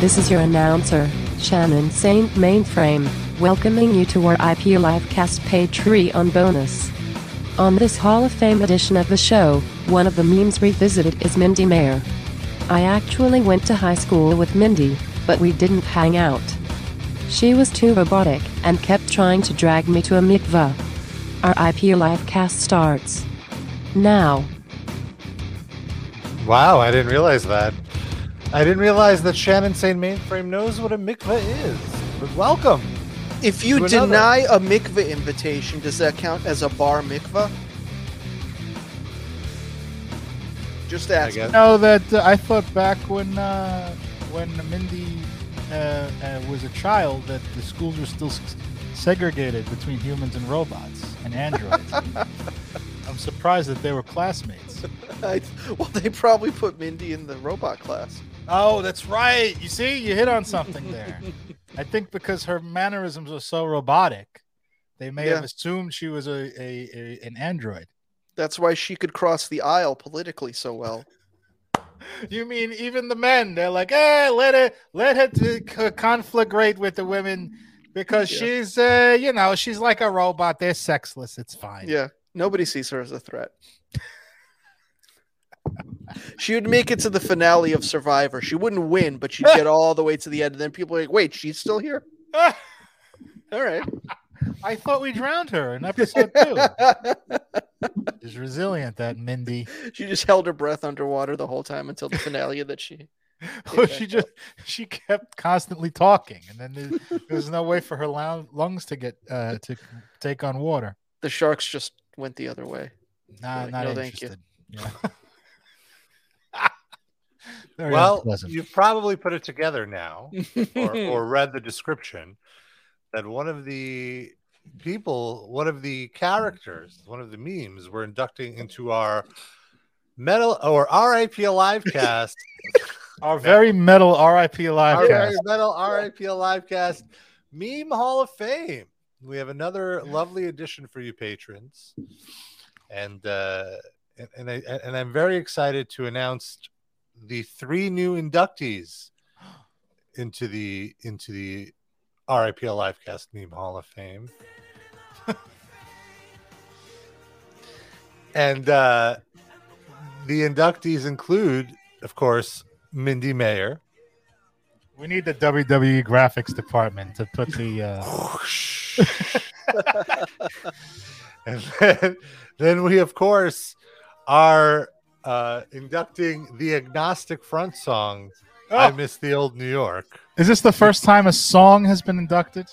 This is your announcer, Shannon Saint Mainframe, welcoming you to our IP Livecast Patreon bonus. On this Hall of Fame edition of the show, one of the memes revisited is Mindy Mayer. I actually went to high school with Mindy, but we didn't hang out. She was too robotic and kept trying to drag me to a mikvah. Our IP Livecast starts. Now. Wow, I didn't realize that. I didn't realize that Shannon Sane Mainframe knows what a mikveh is. But welcome. If you To another. deny a mikveh invitation, does that count as a bar mikveh? Just I ask. guess. know that uh, I thought back when uh, when Mindy uh, uh, was a child that the schools were still s- segregated between humans and robots and androids. I'm surprised that they were classmates. I, well, they probably put Mindy in the robot class. Oh, that's right. You see, you hit on something there. I think because her mannerisms are so robotic, they may have Yeah. assumed she was a, a, a an android. That's why she could cross the aisle politically so well. You mean even the men? They're like, eh, let her let her to c- conflagrate with the women because Yeah. she's, uh, you know, she's like a robot. They're sexless. It's fine. Yeah, nobody sees her as a threat. She would make it to the finale of Survivor. She wouldn't win, but she'd get all the way to the end. And then people are like, wait, she's still here? All right. I thought we drowned her in episode two. She's resilient, that Mindy. She just held her breath underwater the whole time until the finale that she. Oh, she just she kept constantly talking, and then there, there was no way for her lung- lungs to get uh, to take on water. The sharks just went the other way. Nah, Like, not no, thank you. interested. Yeah. Very Well, unpleasant. you've probably put it together now or, or read the description that one of the people, one of the characters, one of the memes we're inducting into our metal or RIP Alive cast. Our very metal RIP live Our cast. very metal RIP Livecast Meme Hall of Fame. We have another lovely addition for you patrons, and uh, and and, I, and I'm very excited to announce the three new inductees into the into the RIP Livecast Meme Hall of Fame. and uh, the inductees include, of course, Mindy Mayer. We need the WWE E graphics department to put the. Uh, and then, then we, of course, are uh, inducting the Agnostic Front song, Oh. I Miss the Old New York. is this the first time a song has been inducted?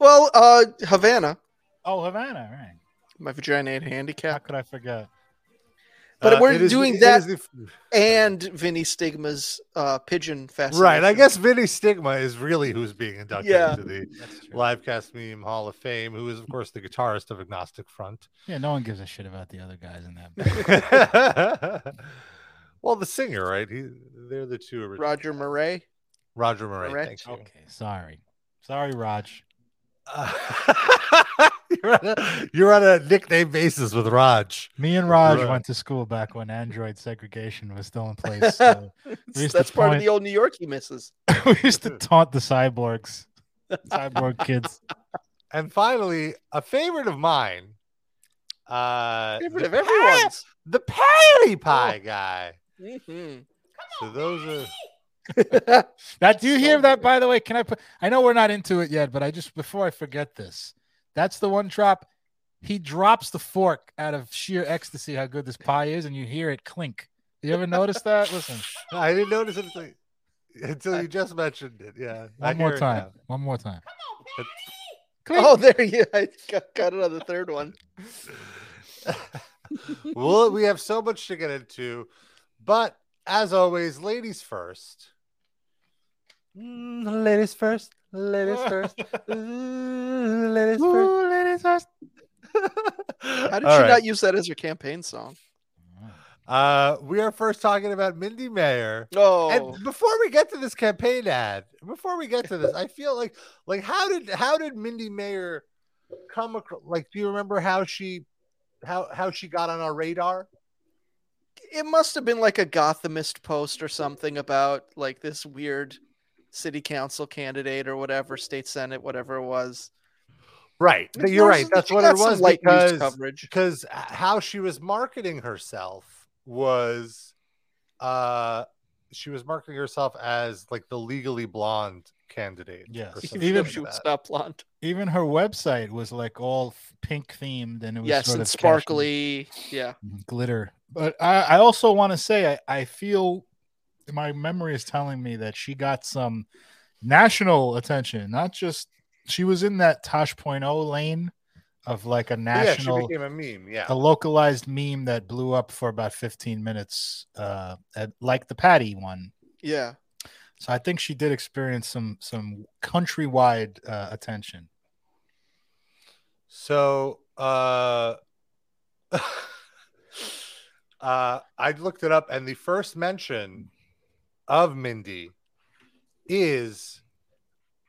Well, uh, Havana, Oh, Havana, right? my vagina and How handicap, could I forget? Uh, But we're it is- doing it that- is the- and Vinny Stigma's uh, pigeon festival. right. I guess Vinny Stigma is really who's being inducted Yeah. into the Livecast Meme Hall of Fame, who is, of course, the guitarist of Agnostic Front. Yeah, no one gives a shit about the other guys in that. band. well, the singer, right? He, they're the two original. Roger Murray. Roger Murray. Moret. Thank you. okay, sorry, sorry, Raj. Uh, you're, on a, you're on a nickname basis with Raj. Me and Raj Right. went to school back when Android segregation was still in place. So used to That's part point- of the old New York he misses. we used to taunt the cyborgs, cyborg kids. And finally, a favorite of mine, uh, Favorite the of everyone's. Oh. pa- the Patty Pie guy. Mhm. So those are That do you hear So that? By the way, can I put? I know we're not into it yet, but I just before I forget this, that's the one drop. He drops the fork out of sheer ecstasy how good this pie is, and you hear it clink. You ever notice that? Listen, I didn't notice it until, until you just mentioned it. Yeah, I one more hear it time. now. One more time. Clink. Oh, there you I got, got it on the third one. well, we have so much to get into, but as always, ladies first. Mm, ladies first. Ladies first. Ooh, ladies first. Ooh, ladies first. How did All you right. not use that as your campaign song? Uh, we are first talking about Mindy Mayer. Oh, And before we get to this campaign ad, before we get to this, I feel like like how did how did Mindy Mayer come across? Like, do you remember how she how how she got on our radar? it must have been like a Gothamist post or something about like this weird city council candidate or whatever, state senate, whatever it was. Right. It's You're nice right. that That's she what got it some was light news because coverage. because uh, how she was marketing herself was uh she was marketing herself as like the legally blonde candidate. Yes. or something Even if like she was that. not blonde. Even her website was like all f- pink themed and it was Yes, sort and of cashed in sparkly. Yeah. Mm-hmm. glitter. But I, I also want to say I, I feel my memory is telling me that she got some national attention, not just she was in that Tosh.0 lane of like a But yeah, national she became a meme. Yeah. a localized meme that blew up for about 15 minutes uh at, like the patty one Yeah. so i think she did experience some some countrywide uh, attention So uh uh I looked it up and the first mention of Mindy is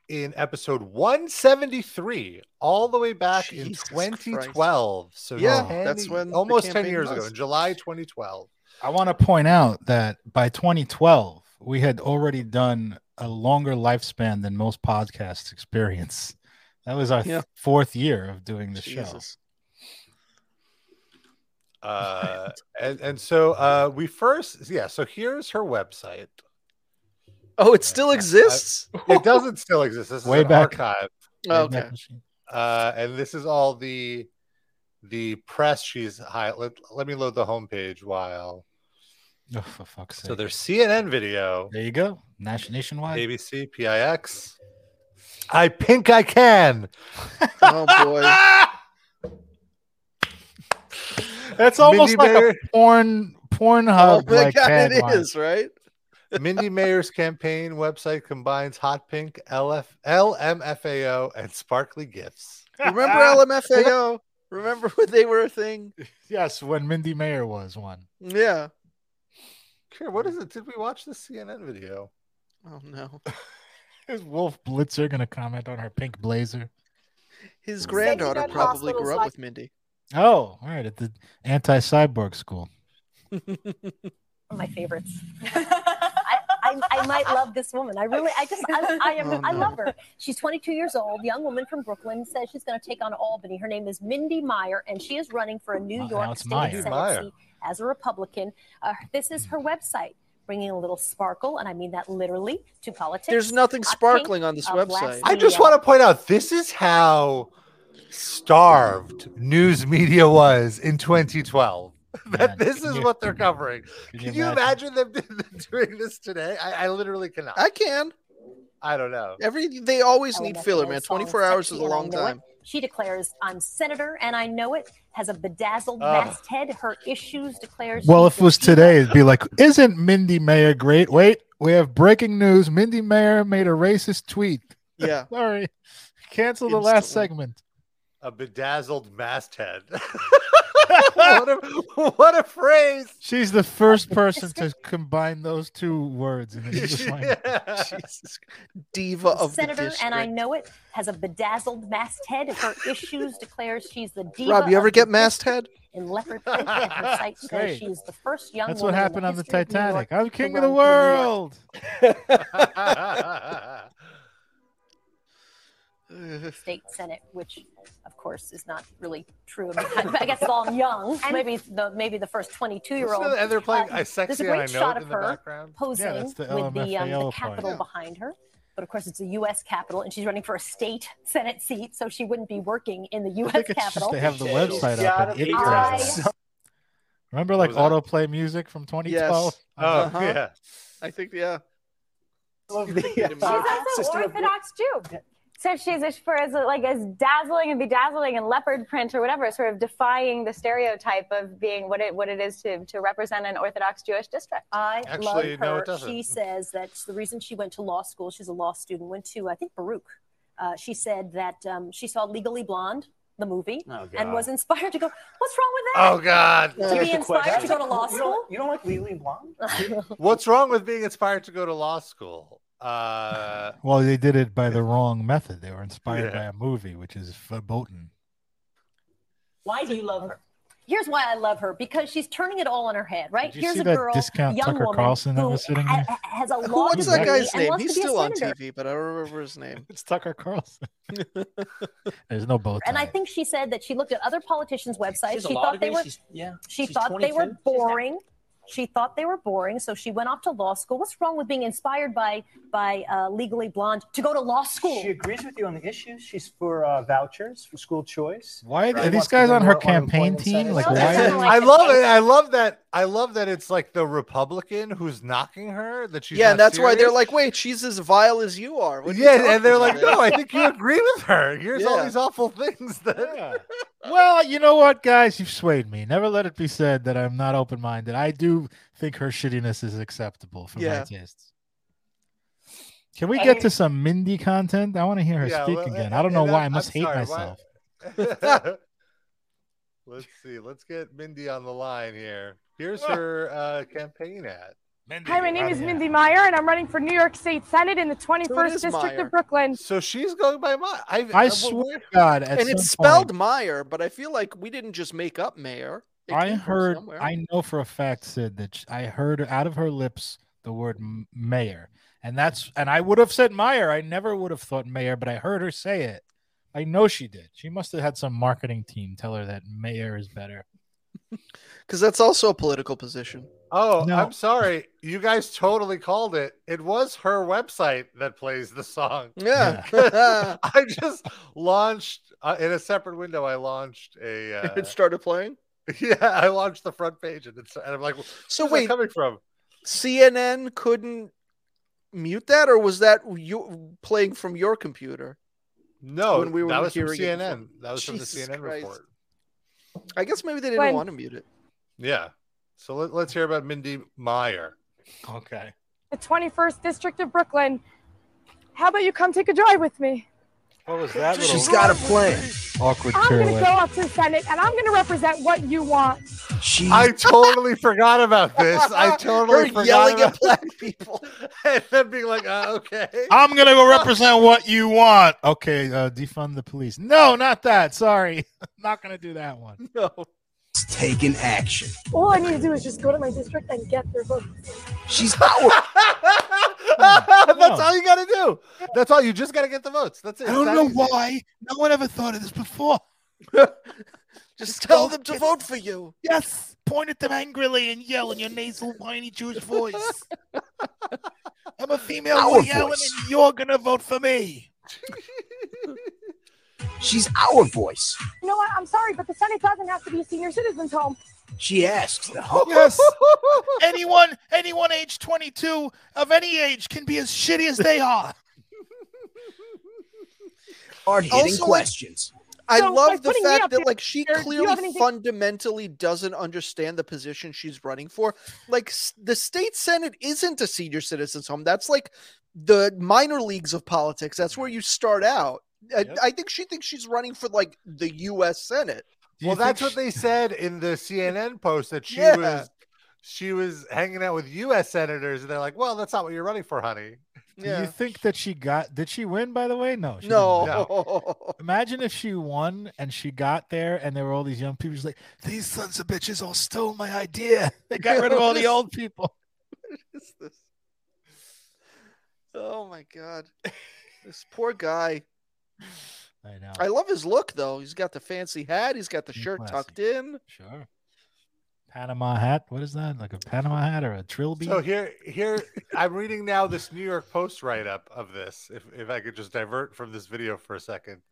in episode 173 all the way back in Jesus 2012 so Yeah, 10 that's when the almost 10 campaign years ago was. in July 2012 i want to point out that by 2012 we had already done a longer lifespan than most podcasts experience that was our Yeah. fourth year of doing the show Jesus. uh and, and so uh we first yeah so here's her website Uh, Oh, it still exists. it doesn't still exist this is Way an back. archive okay. uh, and this is all the the press she's high. Let, let me load the homepage while. oh for fuck's sake So there's CNN video, there you go Nation- nationwide ABC, PIX. I pink I can. Oh boy. That's almost like Mindy Mayer, a porn Oh Pornhub my like god, it tagline. is, right? Mindy Mayer's campaign website combines hot pink, LF, LMFAO, and sparkly gifts. Remember LMFAO? Remember when they were a thing? Yes, when Mindy Mayer was one. Yeah. Here, what is it? Did we watch the CNN video? Oh no. Is Wolf Blitzer gonna comment on her pink blazer? His Safety granddaughter net probably grew hospitals up like- with Mindy. Oh, all right, at the anti cyborg school. of my favorites. I, I, I might love this woman. I really, I just, I, I am, Oh, I no. love her. She's 22 years old, young woman from Brooklyn, says she's going to take on Albany. Her name is Mindy Meyer, and she is running for a New Wow, now York it's State Meyer. Senate Meyer. seat as a Republican. Uh, this is her website, bringing a little sparkle, and I mean that literally, to politics. There's nothing Hot pink, sparkling on this uh, blast. website. I just Yeah. want to point out this is how starved news media was in 2012. Man, That this can is you- what they're covering. Can Can you imagine them doing this today? I, I literally cannot. I can. I don't know. Every they always I need love filler, that man. little song, 24 hours is Sexy a and I long Know It. time. She declares, I'm senator and I know it, has a bedazzled Ugh. masthead. Her issues declares. Well, she's if it was the diva today, it'd be like, isn't Mindy Mayer great? Wait, we have breaking news. Mindy Mayer made a racist tweet. Yeah. Sorry. Cancel the last Instantly. segment. A bedazzled masthead. what, a, what a phrase. She's the first person to combine those two words in the English language. Yeah. Jesus. Diva of the senator district. and I know it has a bedazzled masthead. Her issues declares she's the diva. Rob, you ever of the get masthead? district in leopard print? And her site says Great. she is the first young. That's what woman in happened on the history of New York Titanic. I'm to king run of the for New York. world. state senate, which of course is not really true. I, mean, I- I guess it's all young. maybe the maybe the first 22 year old and they're playing Uh, I Sexy a and I great Know shot of It in the her. background. posing that's the with the, um, LMFAO the part. capitol Yeah. behind her. But of course, it's a U.S. Capitol, and she's running for a state Senate seat, so she wouldn't be working in the I U.S. think it's just Capitol. they have the Capitol. website up Gotta and be it right. plays it. Remember like What was autoplay music from 2012? Yes. Oh, Uh-huh. yeah. I think, yeah. love the Wait a minute. uh, She's also sister of Orthodox Jew. So she's as for as like as dazzling and bedazzling and leopard print or whatever, sort of defying the stereotype of being what it what it is to, to represent an Orthodox Jewish district. I Actually, love no, her. it doesn't. she says that's the reason she went to law school. She's a law student. Went to I think Baruch. Uh, she said that um, she saw Legally Blonde, the movie, Oh, God. and was inspired to go. What's wrong with that? Oh God. to be Here's the inspired to question. go to law You school. don't, you don't like Legally Blonde? What's wrong with being inspired to go to law school? Uh, Well, they did it by the wrong method. They were inspired Yeah. by a movie, which is verboten. Why do you love her? here's why I love her because she's turning it all on her head, right? Did you here's see a that girl, discount young Tucker woman Carlson that who was sitting ha- there? ha- has a law What's that degree guy's and name? wants He's to be a still on senator. TV, but I don't remember his name. It's Tucker Carlson. There's no bow tie. And I think she said that she looked at other politicians' She's websites. a She law thought they degree. were She's- yeah. she She's thought they were 22. boring. She thought they were boring, so she went off to law school. What's wrong with being inspired by by uh, Legally Blonde to go to law school? She agrees with you on the issues. She's for uh, vouchers for school choice. why are, Right. these Wants to guys win on her more unemployment campaign team? incentives. Like, No, why? that's are- not I love it. I love that. I love that it's like the Republican who's knocking her. That she's yeah, and not that's why they're serious. like, wait, she's as vile as you are. What are you yeah, and they're talking like, about? no, I think you agree with her. Here's all Yeah. these awful things that Yeah. Well, you know what, guys? You've swayed me. Never let it be said that I'm not open minded. I do think her shittiness is acceptable for my Yeah. tastes. Can we I get mean- to some Mindy content? I want to hear her Yeah, speak well, again. uh, I don't know and why. I I'm must hate sorry, myself. why- Let's see. Let's get Mindy on the line here. Here's her uh, campaign ad. Hi, my name is Yeah. Mindy Meyer, and I'm running for New York State Senate in the 21st is District Meyer? of Brooklyn. So she's going by my. I, I uh, swear where- to God, at and it's some point- spelled Meyer, but I feel like we didn't just make up Mayor. It I came from heard, somewhere. I know for a fact, Sid, that sh- I heard out of her lips the word m- mayor. And that's, and I would have said Meyer. I never would have thought mayor, but I heard her say it. I know she did. She must have had some marketing team tell her that mayor is better. because that's also a political position. Oh, No. I'm sorry. You guys totally called it. It was her website that plays the song. Yeah, I just launched uh, in a separate window. I launched a. Uh, it started playing. yeah, I launched the front page, and it's and I'm like, where's So that wait, coming from? CNN couldn't mute that, or was that you playing from your computer? No, when we were that was from hearing it before. CNN. That was Jesus from the CNN Christ. report. I guess maybe they didn't When- want to mute it. Yeah. So let, let's hear about Mindy Meyer. Okay. The 21st District of Brooklyn. How about you come take a drive with me? What was that? She's got a plan. awkward I'm going to pirouette. go up to the Senate, and I'm going to represent what you want. I totally forgot about this. I Her totally forgot yelling about at black people. and then being like, uh, okay. I'm gonna go represent what you want. Okay, uh, defund the police. No, not that. Sorry, not gonna do that one. No, taking action. All I need to do is just go to my district and get their vote. She's That's all you got to do. That's all. You just got to get the votes. That's it. I don't It's know that easy. why. No one ever thought of this before. just tell them to vote for you. Yes. Point at them angrily and yell in your nasal, whiny Jewish voice. I'm a female Our Woody Allen voice. and you're gonna vote for me. she's our voice. You know what? I'm sorry, but the Senate doesn't have to be a senior citizens' home. She asks the host. Yes. anyone, anyone age 22 of any age can be as shitty as they are. hard hitting Also, like- questions. I So, love like, the putting me fact up that there, like she do you clearly have anything- fundamentally doesn't understand the position she's running for. Like s- the state senate isn't a senior citizens home. That's like the minor leagues of politics. That's where you start out. I, Yep. I think she thinks she's running for like the U.S. Senate. Well, that's what they said in the CNN post that she Yeah. was she was hanging out with U.S. senators, and they're like, "Well, that's not what you're running for, honey." Do you think that she got? Did she win? By the way, no. she didn't No. win. Imagine if she won and she got there and there were all these young people just like, these sons of bitches all stole my idea. They got rid of all the old people. What is this? Oh my god. This poor guy. I know. I love his look though. He's got the fancy hat. He's got the He's shirt classy. tucked in. Sure. Panama hat. What is that? Like a Panama hat or a trilby? So here, here, I'm reading now this New York Post write up of this. If, if I could just divert from this video for a second.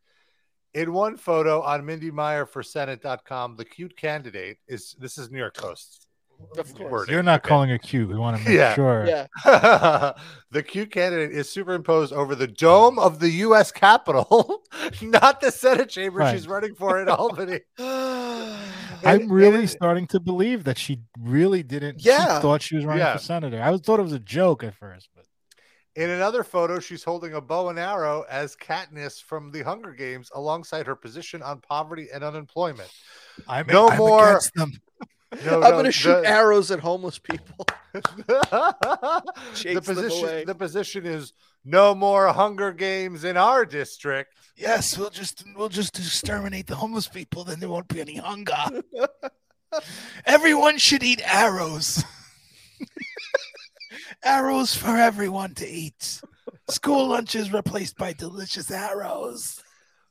In one photo on Mindy Meyer for Senate.com, the cute candidate is this is New York Post. Of course. wording, You're not okay? calling her cute. We want to make Yeah. sure. Yeah. the cute candidate is superimposed over the dome of the U.S. Capitol, not the Senate chamber Right. she's running for in Albany. I'm It- really it- starting to believe that she really didn't. she Yeah. thought she was running Yeah. for senator. I was thought it was a joke at first, but In another photo, she's holding a bow and arrow as Katniss from the Hunger Games alongside her position on poverty and unemployment. I'm No I'm more- against them. No, I'm no, gonna shoot the- arrows at homeless people. the Shakes them away. position the position is no more Hunger Games in our district. Yes, we'll just we'll just exterminate the homeless people. Then there won't be any hunger. Everyone should eat arrows. arrows for everyone to eat. School lunches replaced by delicious arrows.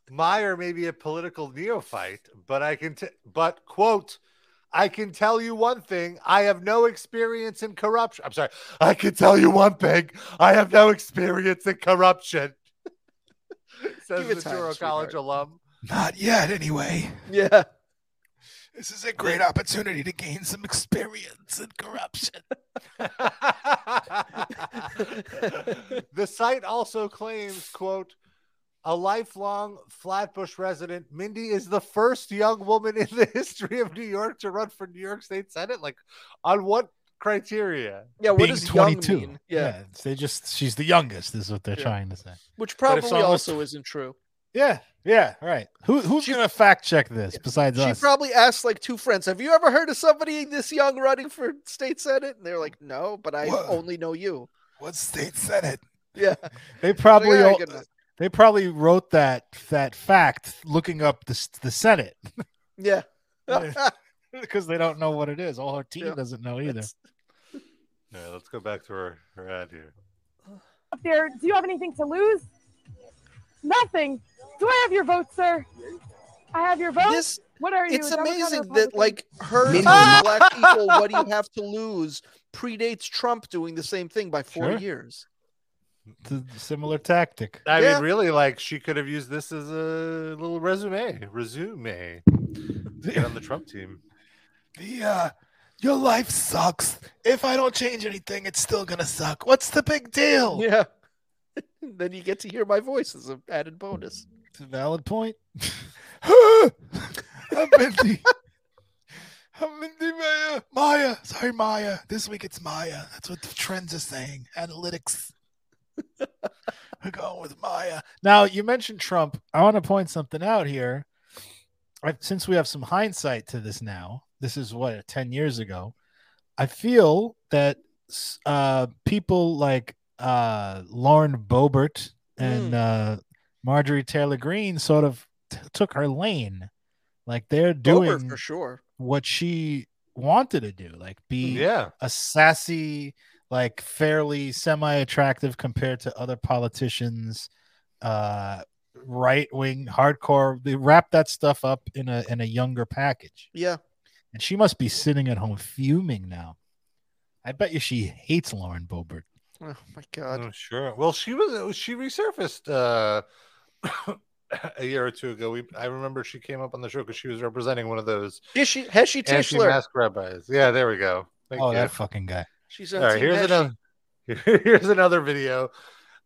Meyer may be a political neophyte, but I can t- but quote, I can tell you one thing: I have no experience in corruption. I'm sorry, I can tell you one thing: I have no experience in corruption. Says Give it the time, Touro College alum. Not yet, anyway. Yeah. This is a great opportunity to gain some experience in corruption. the site also claims, quote, a lifelong Flatbush resident, Mindy is the first young woman in the history of New York to run for New York State Senate. Like, on what criteria? Being 22. it's- they just she's the youngest is what they're Yeah. trying to say. Which But if probably someone was- also isn't true. Yeah, yeah, right. Who who's gonna fact check this besides She us? probably asked like two friends, "Have you ever heard of somebody this young running for state senate?" And they're like, "No, but I Whoa. only know you." What state senate? Yeah. they probably Yeah, all- good enough. they probably wrote that that fact looking up the s- the Senate Yeah. because they don't know what it is. All her team Yeah. doesn't know either. All right, let's go back to her, her ad here. Up there, do you have anything to lose? Nothing. Do I have your vote, sir? I have your vote. This- what are you? It's a Democrat or amazing Republican? that like her Minimum. telling black people what do you have to lose predates Trump doing the same thing by four Sure. years. It's a similar tactic. I Yeah. mean, really, like, she could have used this as a little resume. Resume. Get on the Trump team. The uh, your life sucks. If I don't change anything, it's still gonna suck. What's the big deal? Yeah. then you get to hear my voice as an added bonus. It's a valid point. I'm Mindy. I'm Mindy Maya. Maya. Sorry, Maya. This week it's Maya. That's what the trends are saying. Analytics. We're going with Maya. Now you mentioned Trump. I want to point something out here. I, since we have some hindsight to this now, this is what ten years ago. I feel that s- uh, people like uh, Lauren Boebert and uh, Marjorie Taylor Greene sort of t- took her lane, like they're doing Dober for sure. what she wanted to do, like be Yeah. a sassy, like fairly semi-attractive compared to other politicians, uh, right wing, hardcore. They wrap that stuff up in a in a younger package, Yeah. and she must be sitting at home fuming now. I bet you she hates Lauren Boebert. Oh my god. Oh, sure. Well, she was she resurfaced uh, a year or two ago. We I remember she came up on the show because she was representing one of those Is she Heshi Tischler? anti-mask rabbis. Yeah, there we go. Thank oh, you. that fucking guy. She's All on right, Team here's Heshi. another here's another video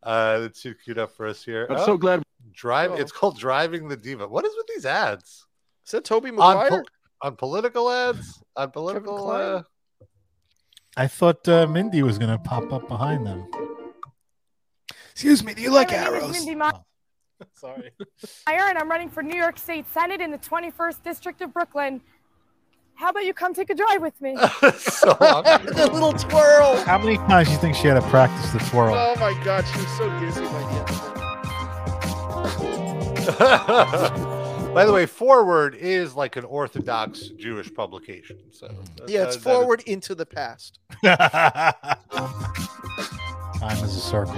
uh, that she queued up for us here. I'm Oh, so glad. drive. Oh. It's called driving the diva. What is with these ads Is that Toby on, Maguire? po- on political ads on political? Klein? Uh, I thought uh, Mindy was gonna pop up behind them. Excuse me. Do you like My name is arrows? Mindy Ma- Sorry. Meyer, and I'm running for New York State Senate in the 21st District of Brooklyn. How about you come take a drive with me? so awkward. the little twirl. How many times do you think she had to practice the twirl? Oh my god, she was so dizzy by the end. By the way, Forward is like an Orthodox Jewish publication. So Yeah, it's that- that is- forward into the past. Time is a circle.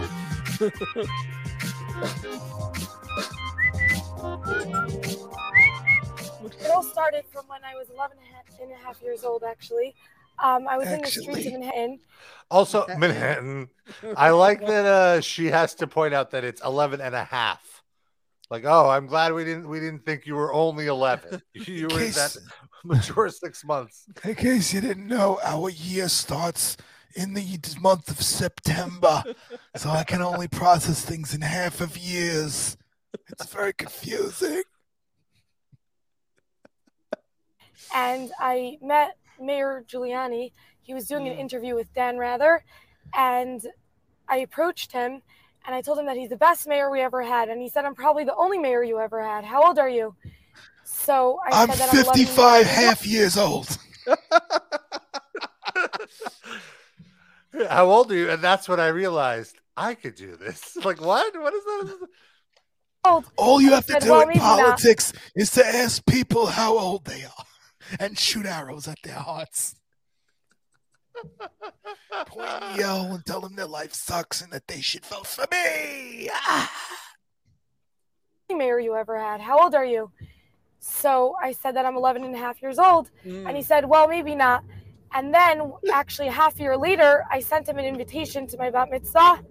It all started from when I was 11 and a half- and a half years old, actually. Um, I was in the streets Actually. of Manhattan. Also, Manhattan. I like that uh, she has to point out that it's 11 and a half. Like, oh, I'm glad we didn't we didn't think you were only 11. You were In that case- mature six months. In case you didn't know, our year starts in the month of September, so I can only process things in half of years. It's very confusing. and I met Mayor Giuliani. He was doing an interview with Dan Rather, and I approached him and I told him that he's the best mayor we ever had. And he said, I'm probably the only mayor you ever had. How old are you? So I I'm said that I'm 11 years 55 old. half years old. How old are you? And that's when I realized I could do this. Like, what? What is that? All you have to Said, do "Well, in maybe not." politics is to ask people how old they are. and shoot arrows at their hearts. Point and yell and tell them their life sucks and that they should vote for me. mayor you ever had. How old are you? So I said that I'm 11 and a half years old. And Mm. he said, well, maybe not. And then, actually, half a year later, I sent him an invitation to my bat mitzvah.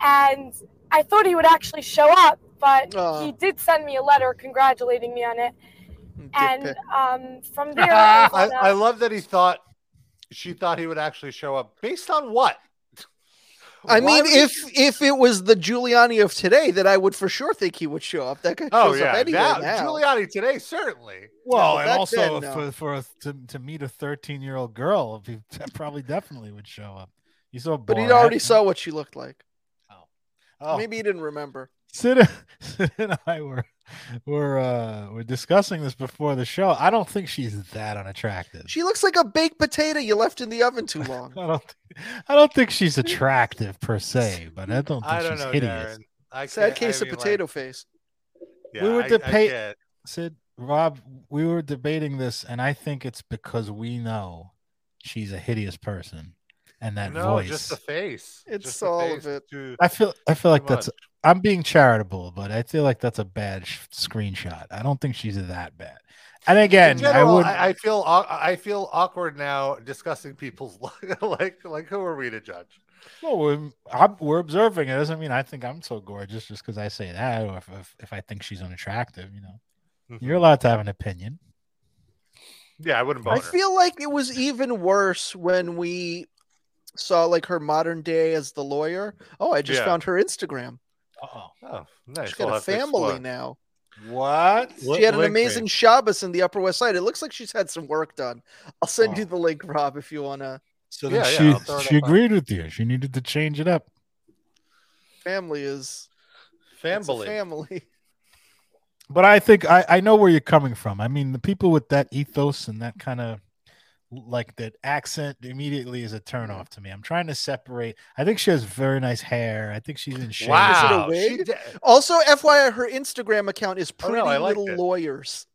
And I thought he would actually show up, but Aw. he did send me a letter congratulating me on it. And pic. um, from there, I I, was on I a- love that he thought she thought he would actually show up based on what? I Why mean, would if if it was the Giuliani of today, then I would for sure think he would show up. That guy shows Oh up yeah, anywhere now- now. Giuliani today certainly. Well, No, and back also then, if- no. for, for a, to, to meet a 13 year old girl, if you- that probably definitely would show up. You saw, but he Borat. already saw what she looked like. Oh. Maybe he didn't remember. Sid, and- Sid and I were were uh, were discussing this before the show. I don't think she's that unattractive. She looks like a baked potato you left in the oven too long. I don't think, I don't think she's attractive per se, but I don't think I don't she's know, hideous. Darren. I Sad can't- I case of mean, like, potato face. yeah, we were I- I debating can't. Sid Rob. We were debating this, and I think it's because we know she's a hideous person, and that no, voice. just the face. It's Just the all face of it. is too- I feel I feel like too that's much. I'm being charitable, but I feel like that's a bad sh- screenshot. I don't think she's that bad. And again, In general, I I, would I feel au- I feel awkward now discussing people's li- like like who are we to judge? Well, we're, I'm, we're observing. It doesn't mean I think I'm so gorgeous just because I say that, or if, if if I think she's unattractive. You know, you're allowed to have an opinion. Yeah, I wouldn't bother. I feel like it was even worse when we saw like her modern day as the lawyer. Oh, I just Yeah. found her Instagram. Oh, oh, nice. She's got We'll a have to family explore. now. What? she had an amazing Shabbos in the Upper West Side. It looks like she's had some work done. I'll send you the link, Rob, if you want to. So Oh. Yeah, yeah, she I'll throw it she up on- agreed with you. She needed to change it up. Family is it's a family. family. But I think I I know where you're coming from. I mean, the people with that ethos and that kind of like that accent immediately is a turnoff to me. I'm trying to separate. I think she has very nice hair. I think she's in shape. Wow. Is it a she wig? did- Also, FYI, her Instagram account is Oh, Pretty no, I liked Little it. Lawyers.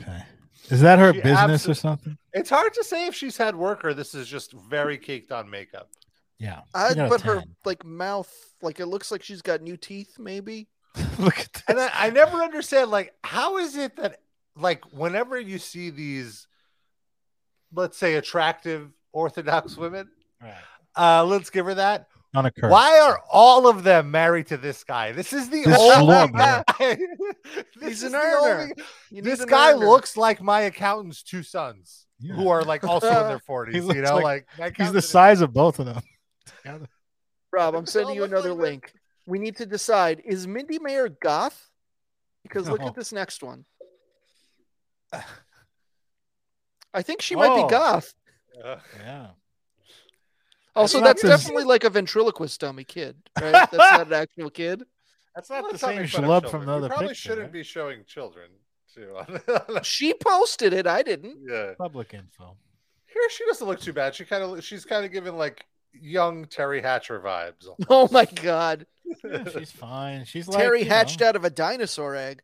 Okay. Is that her She business or absolute- something? It's hard to say if she's had work or this is just very caked on makeup. Yeah. I, She got a but her 10. like mouth, like it looks like she's got new teeth. Maybe look at that. And I, I never understand like how is it that like whenever you see these let's say attractive orthodox women, Right. uh let's give her that. On a curve. Why are all of them married to this guy? This is the This only schlub, guy. yeah. This He's is an the earner. only- You need This an guy earner. looks like my accountant's two sons, Yeah. who are like also in their forties. looks You know, like- like, my He's the accountant- size of both of them. Rob, I'm They sending all you look another like link. We need to decide: is Mindy Mayer goth? Because look No. at this next one. I think she might Oh. be goth. Uh, Yeah. Also, not that's the- definitely like a ventriloquist dummy kid, right? That's not an actual kid. That's well, not the let's not same make fun of schlub children. from the We other probably picture. shouldn't right? be showing children too. on- She posted it. I didn't. yeah, public info. here she doesn't look too bad. She kind of she's kind of giving like young Terry Hatcher vibes. Oh my god, Yeah, she's fine. She's like Terry you hatched know, out of a dinosaur egg.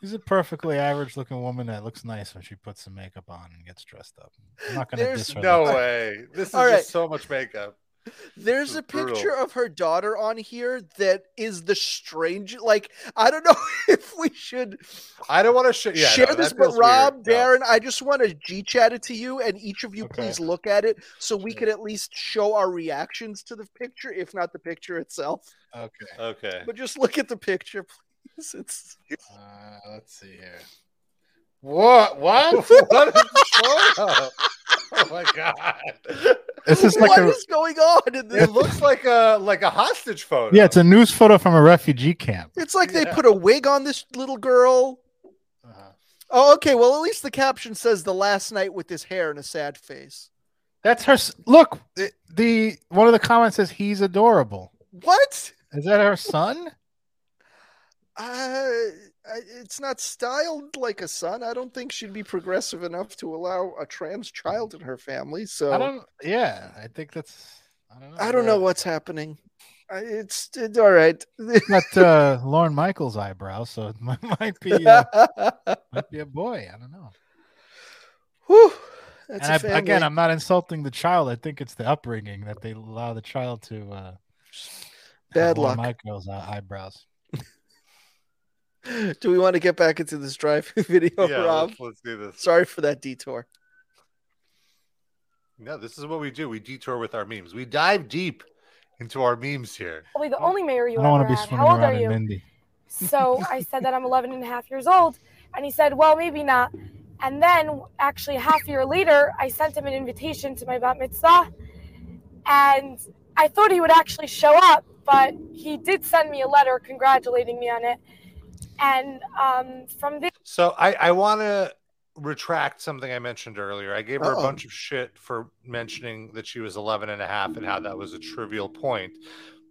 She's a perfectly average looking woman that looks nice when she puts some makeup on and gets dressed up. I'm not gonna There's diss her. No like- way. This is All right. just so much makeup. There's is a brutal. picture of her daughter on here that is the strange. Like I don't know if we should I don't want to sh- yeah, share no, this, that but feels Rob, weird. No. Darren, I just want to G chat it to you, and each of you Okay. please look at it so we can at least show our reactions to the picture, if not the picture itself. Okay. Okay. But just look at the picture, please. It's Uh, let's see here. What? What? what is this photo? Oh my god. This is like what a is going on in this? It looks like a like a hostage photo. yeah, it's a news photo from a refugee camp. It's like they Yeah. put a wig on this little girl. Uh-huh. Oh, okay. Well, at least the caption says the last night with his hair and a sad face. That's her. s- Look, the, the one of the comments says he's adorable. What? Is that her son? Uh, I- it's not styled like a son. I don't think she'd be progressive enough to allow a trans child in her family. So I don't. Yeah, I think that's. I don't know. I don't know what's happening. I, it's, it's all right. It's not uh, Lauren Michaels' eyebrow, so it might, might be uh, might be a boy. I don't know. Whew, that's and a I, again, family. I'm not insulting the child. I think it's the upbringing that they allow the child to uh, have Bad Lauren luck. Michaels' uh, eyebrows. Do we want to get back into this drive video, Yeah, Rob? let's- let's do this. Sorry for that detour. No, this is what we do. We detour with our memes. We dive deep into our memes here. Probably the only mayor you I don't ever want to be had. swimming How old are around in you? Mindy. So I said that I'm 11 and a half years old. And he said, well, maybe not. And then, actually, half a year later, I sent him an invitation to my bat mitzvah. And I thought he would actually show up, but he did send me a letter congratulating me on it. And um, from there, So I, I want to retract something I mentioned earlier. I gave her Uh-oh. a bunch of shit for mentioning that she was 11 and a half and how that was a trivial point.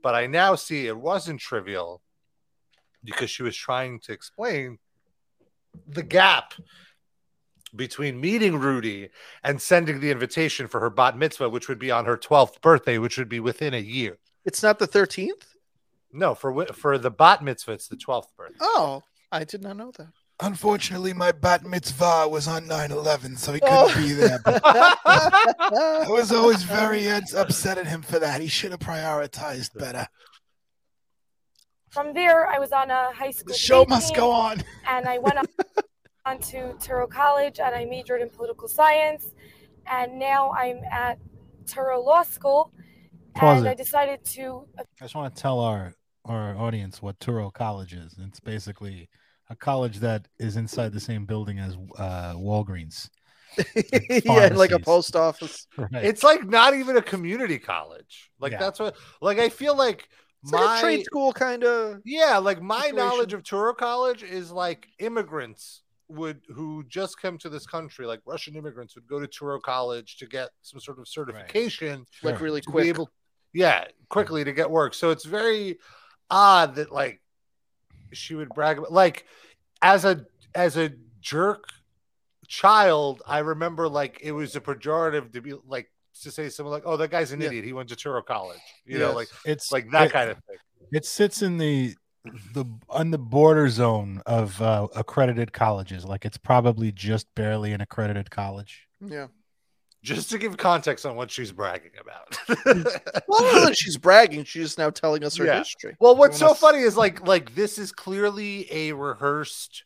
But I now see it wasn't trivial because she was trying to explain the gap between meeting Rudy and sending the invitation for her bat mitzvah, which would be on her 12th birthday, which would be within a year. It's not the 13th? No, for wi- for the bat mitzvah, it's the 12th birthday. Oh, I did not know that. Unfortunately, my bat mitzvah was on 9-11, so he couldn't Oh. be there. But I was always very uh, upset at him for that. He should have prioritized better. from there, I was on a high school. The show debate must team. go on. and I went on to Turo College and I majored in political science. And now I'm at Turo Law School. Pause and it. I decided to I just want to tell our our audience what Touro College is. It's basically a college that is inside the same building as uh, Walgreens. yeah, like a Pharmacies. post office. Right. It's like not even a community college. Like Yeah. that's what like I feel like It's my like a trade school kind of. yeah, like my knowledge situation. of Touro College is like immigrants would who just come to this country, like Russian immigrants would go to Touro College to get some sort of certification Like really to be quick. able- yeah, quickly to get work. So it's very odd that like she would brag about like as a as a jerk child, I remember like it was a pejorative to be like to say someone like, Oh, that guy's an Yeah. idiot. He went to Turo College. You know, Yes. like It's like that it- kind of thing. It sits in the the on the border zone of uh, accredited colleges. Like it's probably just barely an accredited college. Yeah. Just to give context on what she's bragging about. Well, she's bragging. She's just now telling us her Yeah. history. Well, what's so Jonas- funny is like like this is clearly a rehearsed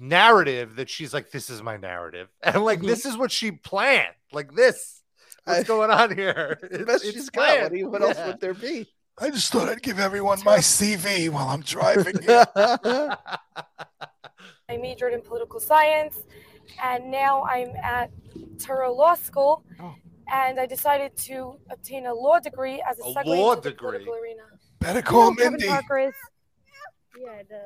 narrative that she's like, this is my narrative, and like Mhm. this is what she planned. Like this, what's I- going on here? The It- best it's she's got. What, planned. do you- what else Yeah. would there be? I just thought I'd give everyone my CV while I'm driving. here. yeah, I majored in political science, and now I'm at Turo Law School, Oh. and I decided to obtain a law degree as a, A segue law into the degree. political arena. Better call Kevin Mindy. Parker is- the,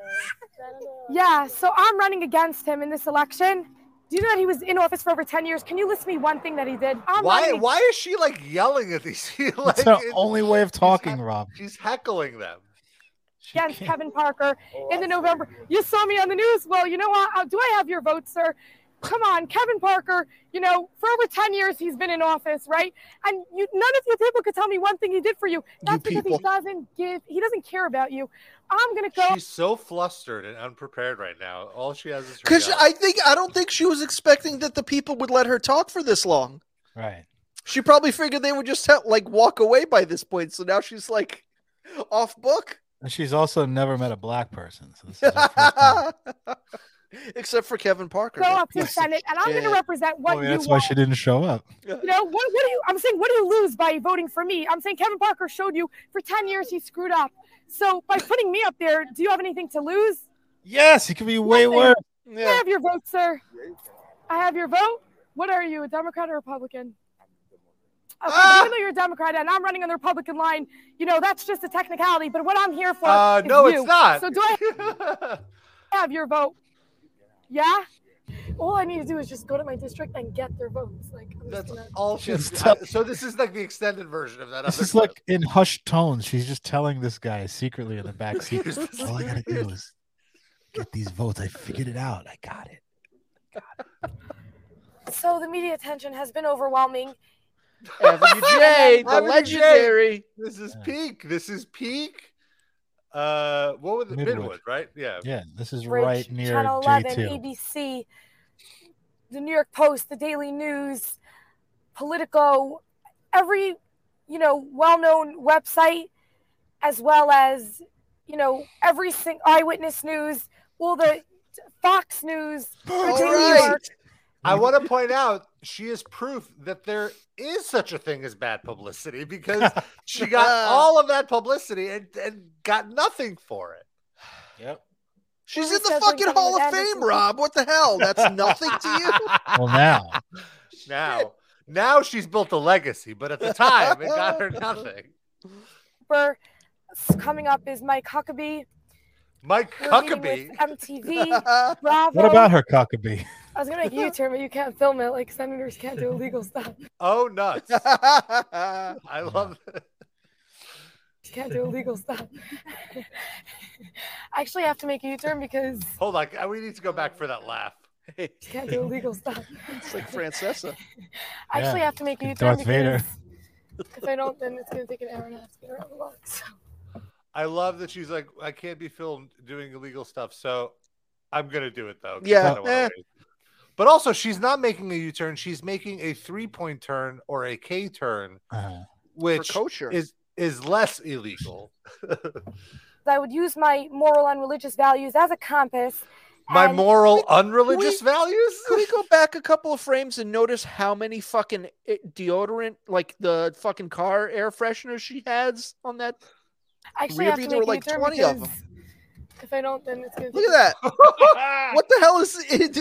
yeah, so I'm running against him in this election. Do you know that he was in office for over 10 years? Can you list me one thing that he did? I'm Why? running Why is she like yelling at these? like, It's her it- only way of talking, Rob. she's heckling them. She against can't- Kevin Parker in the November. You saw me on the news. Well, you know what? Uh, Do I have your vote, sir? Come on, Kevin Parker. You know, for over 10 years he's been in office, right? And you, none of you people could tell me one thing he did for you. That's because people. he doesn't give. He doesn't care about you. I'm gonna go. She's so flustered and unprepared right now. All she has is her because yell. I think I don't think she was expecting that the people would let her talk for this long. Right. She probably figured they would just ha- like walk away by this point. So now she's like off book. And she's also never met a black person. So this is her first time. Except for Kevin Parker. Go that up to piece of Senate, and I'm going to shit. represent what Oh, you yeah, that's why want. she didn't show up. You know, what, what do you, I'm saying, what do you lose by voting for me? I'm saying Kevin Parker showed you for 10 years he screwed up. So by putting me up there, do you have anything to lose? Yes, it could be way Nothing. worse. I Yeah. have your vote, sir. I have your vote. What are you, a Democrat or Republican? Okay, but Ah! even though you're a Democrat and I'm running on the Republican line, you know, that's just a technicality. But what I'm here for Uh, is no, you. it's not. So do I have your vote? Yeah? All I need to do is just go to my district and get their votes. Like, I'm just That's gonna... all she has. It's tough. So this is like the extended version of that. This other is clip. like in hushed tones. She's just telling this guy secretly in the back seat. Here's the All I gotta do secret." is get these votes. I figured it out. I got it. So the media attention has been overwhelming, Avenue J, the Avenue J. legendary. This is peak. This is peak. Uh, what was it? Midwood, Midwood. right? Yeah. Yeah, this is Bridge, right near Channel J 11, two. ABC, the New York Post, the Daily News, Politico, every you know well-known website, as well as you know every single eyewitness news, all the Fox News, the All Daily right. York. I want to point out she is proof that there is such a thing as bad publicity because she got all of that publicity and, and got nothing for it. Yep. She's Who in the says fucking something Hall of about Fame, Anderson? Rob. What the hell? That's nothing to you. Well, now Now, now she's built a legacy, but at the time it got her nothing. For coming up is Mike Huckabee. Mike We're meeting with Huckabee. MTV, Bravo. what about her cockabee? I was gonna make a U-turn, but you can't film it. Like senators can't do illegal stuff. Oh nuts! I love that. You can't do illegal stuff. I actually have to make a U-turn because Hold on, we need to go back for that laugh. you can't do illegal stuff. it's like Francesa. I actually Yeah, have to make a it's U-turn Darth because Vader. if I don't, then it's gonna take an hour and a half to get around the block. So I love that she's like, I can't be filmed doing illegal stuff, so I'm gonna do it though. 'cause I Yeah, don't wanna eh. wait." But also, she's not making a U-turn. She's making a three-point turn or a K turn, Uh-huh. Uh, which kosher. is is less illegal. I would use my moral and religious values as a compass. My and moral, unreligious values. Could we go back a couple of frames and notice how many fucking eh, deodorant, like the fucking car air freshener she has on that? I actually have Really? to There make were a like U-turn 20 of because if I don't, then it's gonna. Look take at that. what the hell is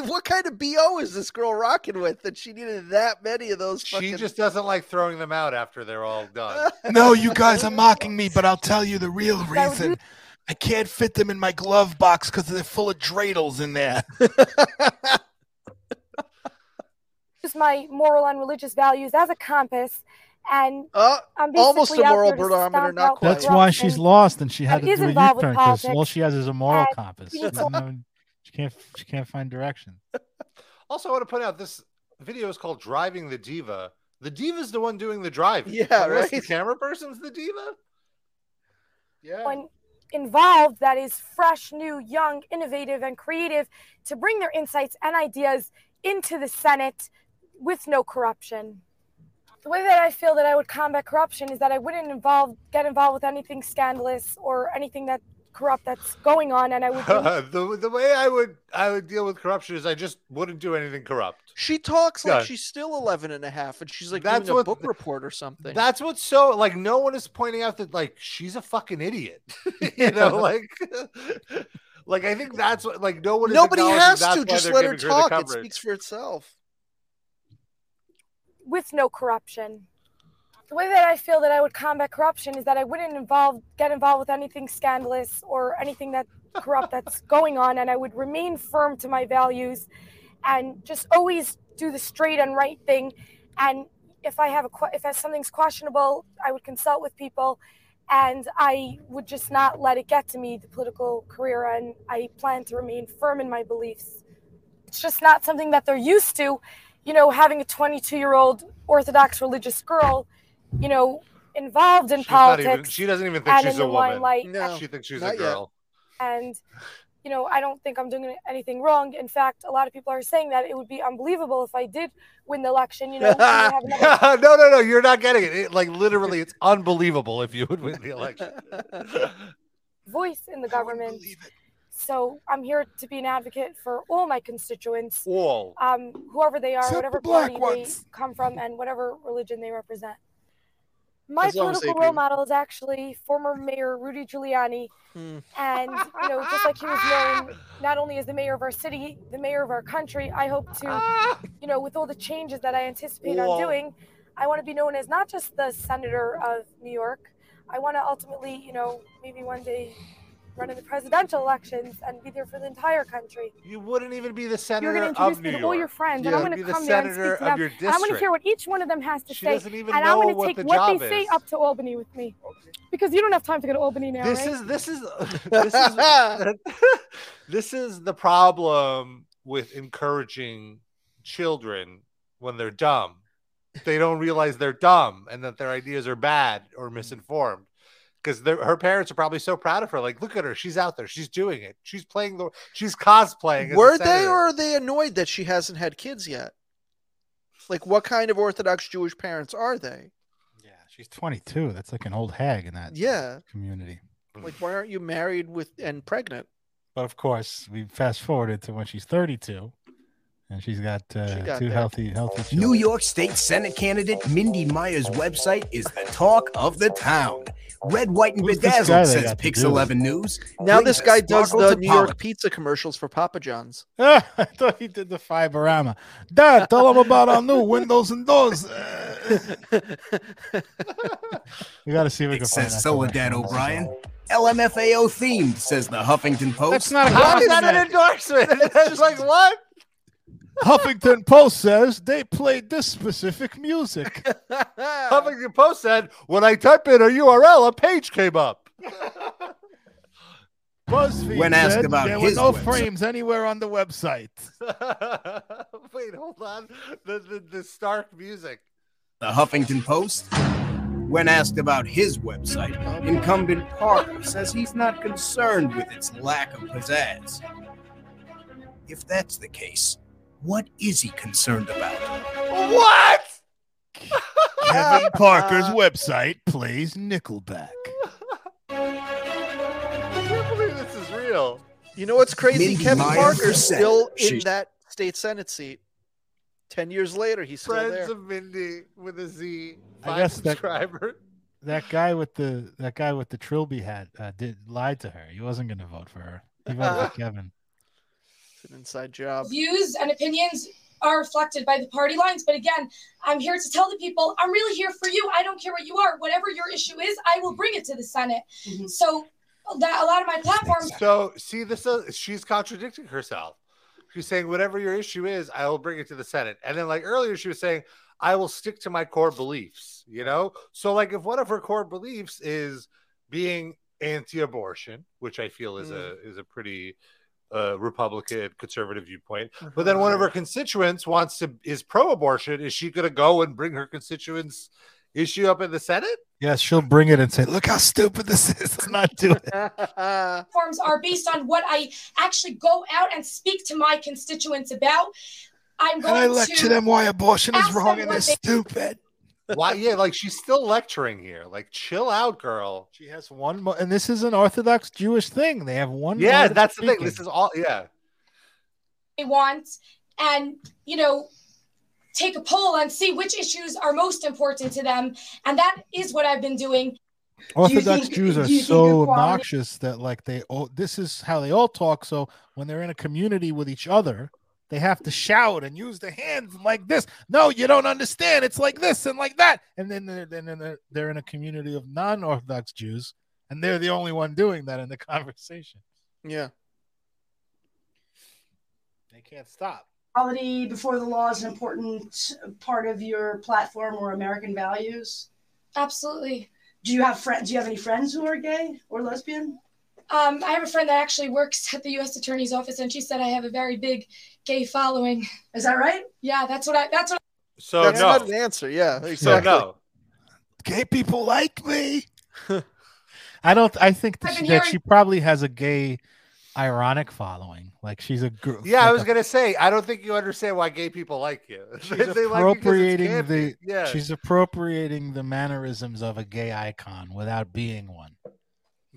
what kind of BO is this girl rocking with that she needed that many of those fucking She just doesn't like throwing them out after they're all done. No, you guys are mocking me, but I'll tell you the real would reason. I can't fit them in my glove box because they're full of dreidels in there. use my moral and religious values as a compass, and Uh, I'm Almost a basically out moral there to barometer, stomp not out quite. that's why she's corruption. lost, and she had That to do is a U-turn involved with because all politics. she has is a moral And compass. She, people- doesn't know- she can't. She can't find direction. also, I want to point out this video is called "Driving the Diva." The diva's the one doing the driving. Yeah, Unless The right. camera person's the diva. yeah. One involved that is fresh, new, young, innovative, and creative to bring their insights and ideas into the Senate with no corruption. The way that I feel that I would combat corruption is that I wouldn't involve get involved with anything scandalous or anything that corrupt that's going on, and I would be the the way I would I would deal with corruption is I just wouldn't do anything corrupt. She talks like Yeah. she's still 11 and a half and she's like That's doing a what- book report or something. That's what's so like no one is pointing out that like she's a fucking idiot. you know, like like I think that's what like no one is Nobody acknowledging has that's to. why Just they're let her giving the talk. It coverage. speaks for itself. with no corruption. The way that I feel that I would combat corruption is that I wouldn't involve get involved with anything scandalous or anything that corrupt that's going on, and I would remain firm to my values, and just always do the straight and right thing. And if I have a que- if something's questionable, I would consult with people, and I would just not let it get to me the political career. And I plan to remain firm in my beliefs. It's just not something that they're used to, you know, having a 22 year old Orthodox religious girl, you know, involved in She's not politics even- she doesn't even think and in she's the a woman. limelight. No. she thinks she's a not yet. girl. And, you know, I don't think I'm doing anything wrong. In fact, a lot of people are saying that it would be unbelievable if I did win the election, you know, we have another no, no, no, you're not getting it. it. Like literally, it's unbelievable if you would win the election. voice in the government. So I'm here to be an advocate for all my constituents, Whoa. Uh, um, whoever they are, Except the whatever black party ones. they come from, and whatever religion they represent. My As long as they political agree role with- model is actually former Mayor Rudy Giuliani, Hmm. and you know, just like he was known not only as the mayor of our city, the mayor of our country. I hope to you know, with all the changes that I anticipate Whoa. on doing, I want to be known as not just the senator of New York. I want to ultimately, you know, maybe one day run in the presidential elections and be there for the entire country. You wouldn't even be the You're senator going to of introduce New me York. to all your friends, Yeah. and I'm going to You'd be the come there and senator speak to them. of your and I'm going to hear what each one of them has to She say, doesn't even and I'm know going what to take the what job they say is. up to Albany with me, because you don't have time to go to Albany now, this right? is this is this is this is the problem with encouraging children when they're dumb they don't realize they're dumb and that their ideas are bad Mm-hmm. or misinformed. Because her parents are probably so proud of her. Like, look at her. She's out there. She's doing it. She's playing the. She's cosplaying. as a Were they senator. or are they annoyed that she hasn't had kids yet? Like, what kind of Orthodox Jewish parents are they? She's 22. That's like an old hag in that Yeah. community. Like, why aren't you married with and pregnant? But of course, we fast forwarded to when she's 32, and she's got, uh, got two there. healthy, healthy children. New York State Senate candidate Mindy Meyer's website is the talk of the town. Red, white, and this guy bedazzled, they says got to Pix do this? 11 News. Now brings this guy a does sparkle the to New York politics. pizza commercials for Papa John's. I thought he did the fiberama. Dad, tell them about our new windows and doors. We got to see if we can It find that says Soledad commercial. O'Brien. LMFAO themed, says the Huffington Post. That's not a How compliment. is that an endorsement? That's like what? Huffington Post says they played this specific music. Huffington Post said, when I type in a URL, a page came up. BuzzFeed When asked said about there his were no website. frames anywhere on the website. Wait, hold on. The, the, the Stark music. The Huffington Post, when asked about his website, incumbent Parker says he's not concerned with its lack of pizzazz. If that's the case, what is he concerned about? What? Kevin Parker's website plays Nickelback. I can't believe this is real. You know what's crazy? Mindy Kevin Meyer Parker's said still in she- that state senate seat. Ten years later, he's still Friends there. of Mindy with a Z. I Five guess that- subscriber. That guy with the that guy with the trilby hat uh, did lied to her. He wasn't going to vote for her. He voted for Kevin. It's an inside job. views and opinions are reflected by the party lines. But again, I'm here to tell the people I'm really here for you. I don't care what you are. Whatever your issue is, I will bring it to the Senate. So that a lot of my platforms So see this uh, she's contradicting herself. She's saying whatever your issue is, I will bring it to the Senate. And then like earlier she was saying I will stick to my core beliefs, you know? So like if one of her core beliefs is being anti-abortion, which I feel is a is a pretty uh, Republican conservative viewpoint, but Mm-hmm. then one of her constituents wants to is pro-abortion. Is she going to go and bring her constituents' issue up in the Senate? Yes, she'll bring it and say, "Look how stupid this is." Let's not do it. platforms are based on what I actually go out and speak to my constituents about. I'm And going I lecture to them why abortion is ask them wrong and what they're they- stupid. Why? Yeah, like she's still lecturing here. Like, chill out, girl. She has one more, and this is an Orthodox Jewish thing. They have one. Yeah, mode of that's the thing. speaking. This is all. Yeah, they want and you know take a poll and see which issues are most important to them and that is what i've been doing Orthodox think- Jews are do you think so the quality- obnoxious that like they all this is how they all talk. So when they're in a community with each other, they have to shout and use the hands like this. No, you don't understand. It's like this and like that. And then they're then they're, they're in a community of non-Orthodox Jews, and they're the only one doing that in the conversation. Yeah. They can't stop. Morality before the law is an important part of your platform or American values. absolutely Do you have friends? Do you have any friends who are gay or lesbian? um, i have a friend that actually works at the u.s attorney's office and she said i have a very big gay following is that right yeah that's what i that's what So That's no. not an answer. Yeah. so Exactly. no. Gay people like me. I don't. I think that I've she, been that she hearing- probably has a gay, ironic following. Like she's a girl. Yeah, I was gonna say. I don't think you understand why gay people like you. They like you 'cause it's appropriating campy. the Yeah. she's appropriating the mannerisms of a gay icon without being one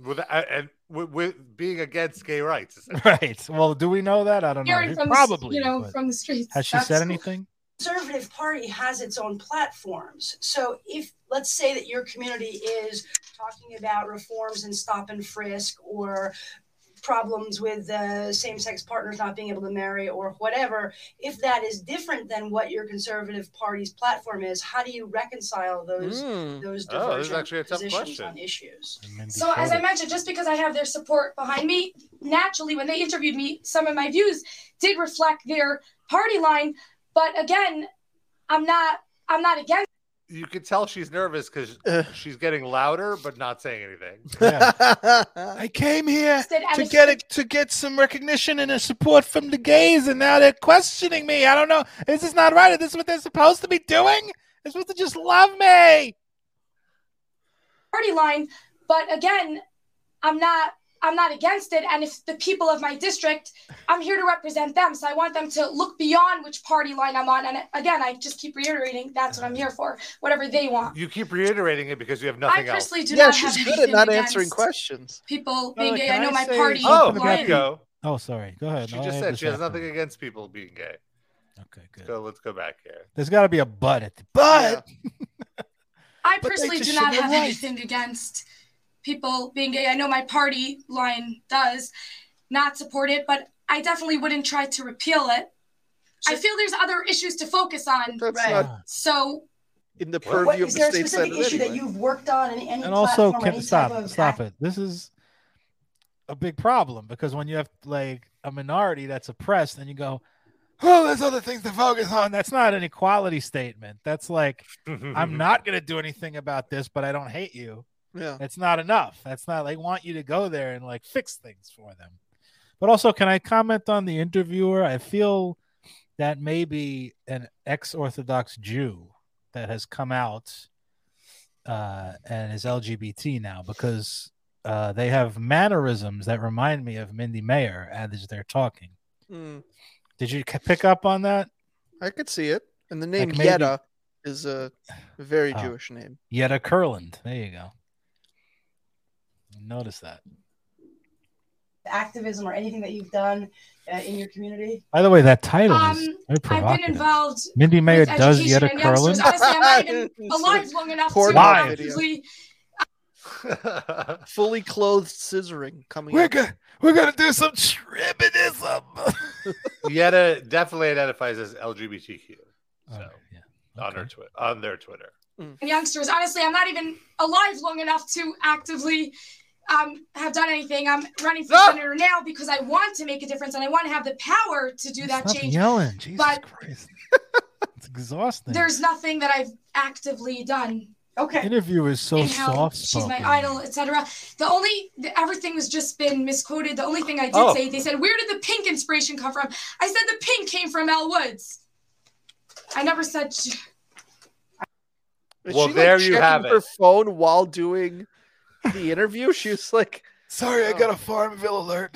with, uh, and with, with being against gay rights. essentially. right well do we know that i don't Hearing know from the s- probably you know, but from the streets. has she That's said cool. anything Conservative Party has its own platforms. So if let's say that your community is talking about reforms and stop and frisk or problems with uh, same-sex partners not being able to marry or whatever, if that is different than what your Conservative Party's platform is, how do you reconcile those Hmm. those Oh, this is divergent actually a tough positions question. on issues? so as i mentioned just because i have their support behind me naturally when they interviewed me some of my views did reflect their party line but again i'm not i'm not against You could tell she's nervous because she's getting louder but not saying anything. I came here Said to Alice- get a, to get some recognition and a support from the gays, and now they're questioning me. I don't know. This is not right. Is this what they're supposed to be doing? You're supposed to just love me. party line but again i'm not i'm not against it and if the people of my district i'm here to represent them so i want them to look beyond which party line i'm on and again i just keep reiterating that's what i'm here for whatever they want You keep reiterating it because you have nothing else. personally do yeah, not she's have good at anything not answering against questions. people Oh, Uh, being gay can i know I my say- party Oh, line- there you go. Oh, sorry. Go ahead. She I'll just add said this she has after. nothing against people being gay. Okay, good. So let's go back here. There's got to be a but at the but. I But they personally just do not shouldn't have have anything against people being gay. I know my party line does not support it, but I definitely wouldn't try to repeal it. I feel there's other issues to focus on. Right. not- So in the What- purview of is the there a state specific senate issue that anyway. you've worked on in any and also platform, can, any stop type of stop it this is a big problem because when you have like a minority that's oppressed and you go oh there's other things to focus on that's not an equality statement that's like i'm not going to do anything about this but i don't hate you Yeah. that's not enough that's not they want you to go there and like fix things for them but also can i comment on the interviewer i feel that maybe an ex-orthodox jew that has come out uh, and is LGBT now because uh, they have mannerisms that remind me of Mindy Mayer as they're talking. Hmm, Did you ca- pick up on that? I could see it. And the name Like maybe- Yetta is a very Oh. Jewish name. Yetta Curland. There you go. Notice that. activism or anything that you've done uh, in your community? By the way, that title is um, very I've been provocative. involved. Mindy with Mayer does education Yetta and youngsters. Curland. Honestly, I'm not even alive long enough Porn to live. actively Fully clothed scissoring coming We're up. gonna we're gonna do some shribinism. Yetta definitely identifies as LGBTQ. So on her Twitter, on their Twitter. and youngsters. Honestly, I'm not even alive long enough to actively um, have done anything. I'm running for senator now because I want to make a difference and I want to have the power to do that Stop change. yelling. Jesus but Christ. It's exhausting. there's nothing that I've actively done. The Okay. interview is so in how soft she's spoken. my idol, etc. The only the, everything was just been misquoted. The only thing I did Oh. say, they said, "Where did the pink inspiration come from?" I said the pink came from Elle Woods. I never said. She, Is Well, she, like, there you checking have Her it. phone while doing the interview. She was like, "Oh." Sorry, I got a Farmville alert.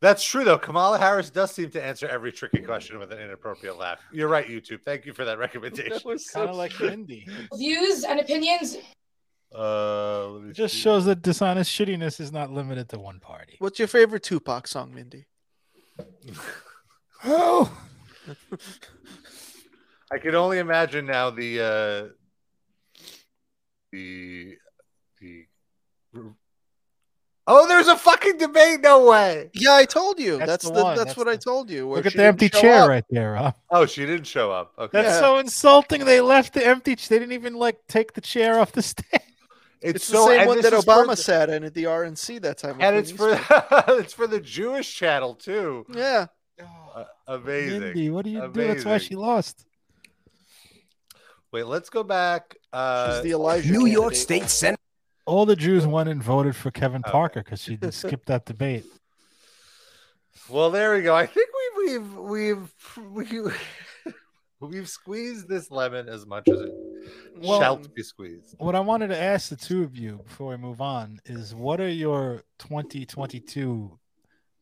That's true though. Kamala Harris does seem to answer every tricky question with an inappropriate laugh. You're right, YouTube. Thank you for that recommendation. Kind of like Mindy. views and opinions Uh, let me It just see. shows that dishonest shittiness is not limited to one party. "What's your favorite Tupac song, Mindy?" Oh. I can only imagine now the uh, the the. Oh, there's a fucking debate. No way. Yeah, I told you. That's That's, the the, one, that's, that's what I told you. where Look at she the didn't empty show chair up. right there, Rob. Oh, she didn't show up. Okay. That's so insulting. They left the empty. They didn't even like take the chair off the stand. It's, It's, so the same and one this that is for Obama the- sat in at the RNC that time. and when it's he for spoke. it's for the Jewish channel too. yeah. Uh, amazing. Mindy, what do you do? That's why Amazing. she lost. Wait, let's go back. Uh, the Elijah New York State Senate. All the Jews went and voted for Kevin Okay. Parker because she did skip that debate. Well, there we go. I think we've we've we've we, we've squeezed this lemon as much as it Well- shall be squeezed. What I wanted to ask the two of you before we move on is, what are your 2022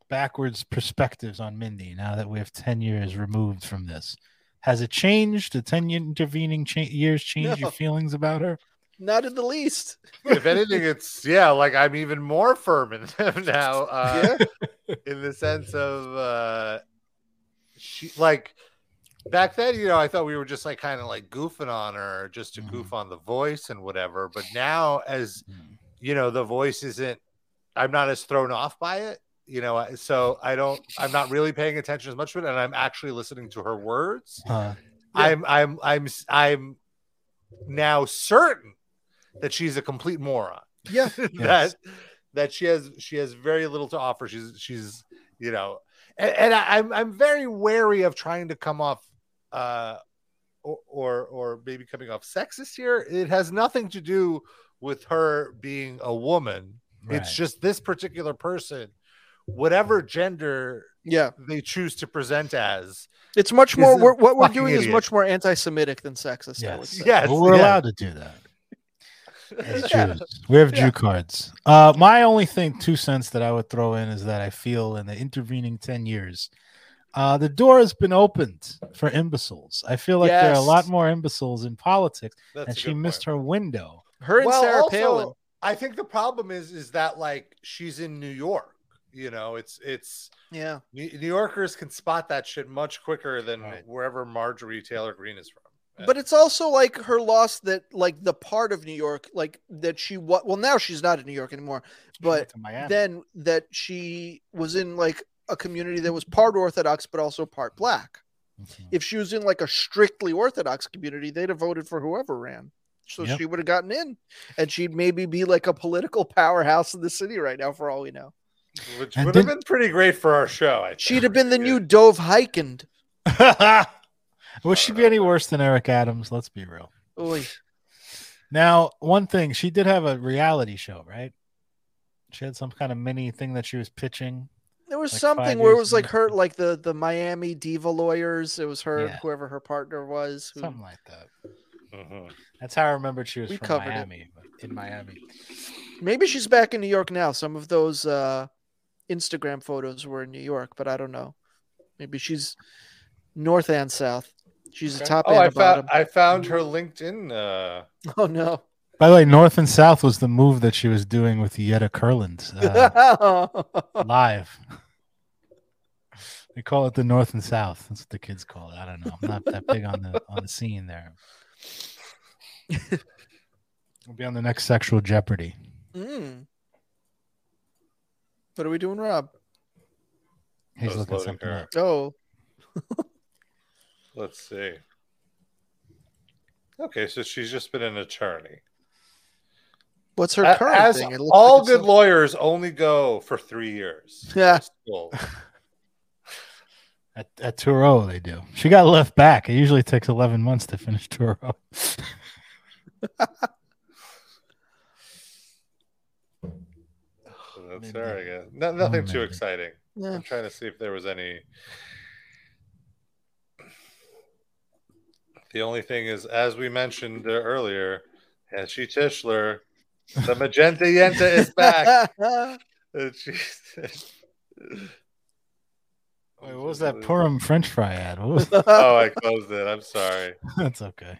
backwards perspectives on Mindy now that we have 10 years removed from this? Has it changed? The 10 intervening cha- years changed No. your feelings about her? Not in the least. If anything, it's yeah, like I'm even more firm in them now. Uh, in the sense of uh, she like back then, you know, I thought we were just like kind of like goofing on her just to goof on the voice and whatever. But now, as you know, the voice isn't. I'm not as thrown off by it. You know, I- so I don't. I'm not really paying attention as much to it, and I'm actually listening to her words. Uh, I'm I'm I'm s- I'm now certain that she's a complete moron. Yeah. that that she has she has very little to offer. She's she's you know, and, and I, I'm I'm very wary of trying to come off uh or, or or maybe coming off sexist here. It has nothing to do with her being a woman. Right. It's just this particular person whatever gender yeah they choose to present as. It's much more. is a We're, what we're fucking doing is idiot. much more anti-Semitic than sexist. I would say. Yes, Well, we're yeah. allowed to do that. As Yeah. Jews, we have Jew cards. Uh, my only thing, two cents that I would throw in is that I feel in the intervening ten years, uh, the door has been opened for imbeciles. I feel like there are a Yes. lot more imbeciles in politics, That's and a she good missed her window. Her and Sarah also, Palin. I think the problem is is that like she's in New York. You know, it's it's Yeah. New New Yorkers can spot that shit much quicker than wherever Marjorie Taylor Greene is from. But it's also like her loss that like the part of New York, like that she was. Well, now she's not in New York anymore. But Miami. then that she was in like a community that was part Orthodox but also part Black. If she was in like a strictly Orthodox community, they'd have voted for whoever ran. So Yep. she would have gotten in, and she'd maybe be like a political powerhouse in the city right now, for all we know. Which And would have didn't- been pretty great for our show. I think. She'd have been the new Dove Hikend. Would she be any worse than Eric Adams? Let's be real. Oy. Now, one thing she did have a reality show, right? She had some kind of mini thing that she was pitching. There was Like something five where it years was in like her, like the the Miami diva lawyers. It was her, and Yeah. whoever her partner was, who, Something like that. Mm-hmm. That's how I remembered she was We from covered it. Miami. but In Miami, Maybe she's back in New York now. Some of those uh, Instagram photos were in New York, but I don't know. Maybe she's north and south. She's a top oh, and I a bottom. found I found her LinkedIn. Uh, Oh no! By the way, North and South was the move that she was doing with Yetta Curland uh, live. They call it the North and South. That's what the kids call it. I don't know. I'm not that big on the on the scene there. We'll be on the next Sexual Jeopardy. Mm. What are we doing, Rob? He's was looking loading something her. up. Oh, Let's see. Okay, so she's just been an attorney. what's her A- current As thing? It looks all like it's good some- lawyers only go for three years. Yeah. Well, At, at Touro, they do. She got left back. It usually takes 11 months to finish Touro. That's her, I guess. No, nothing too Oh, Maybe. exciting. Yeah. I'm trying to see if there was any. The only thing is, as we mentioned uh, earlier, and she Tischler, the magenta yenta is back. Uh, she's- Wait, what was that Purim French fry ad? What was oh, I closed it. I'm sorry. That's okay.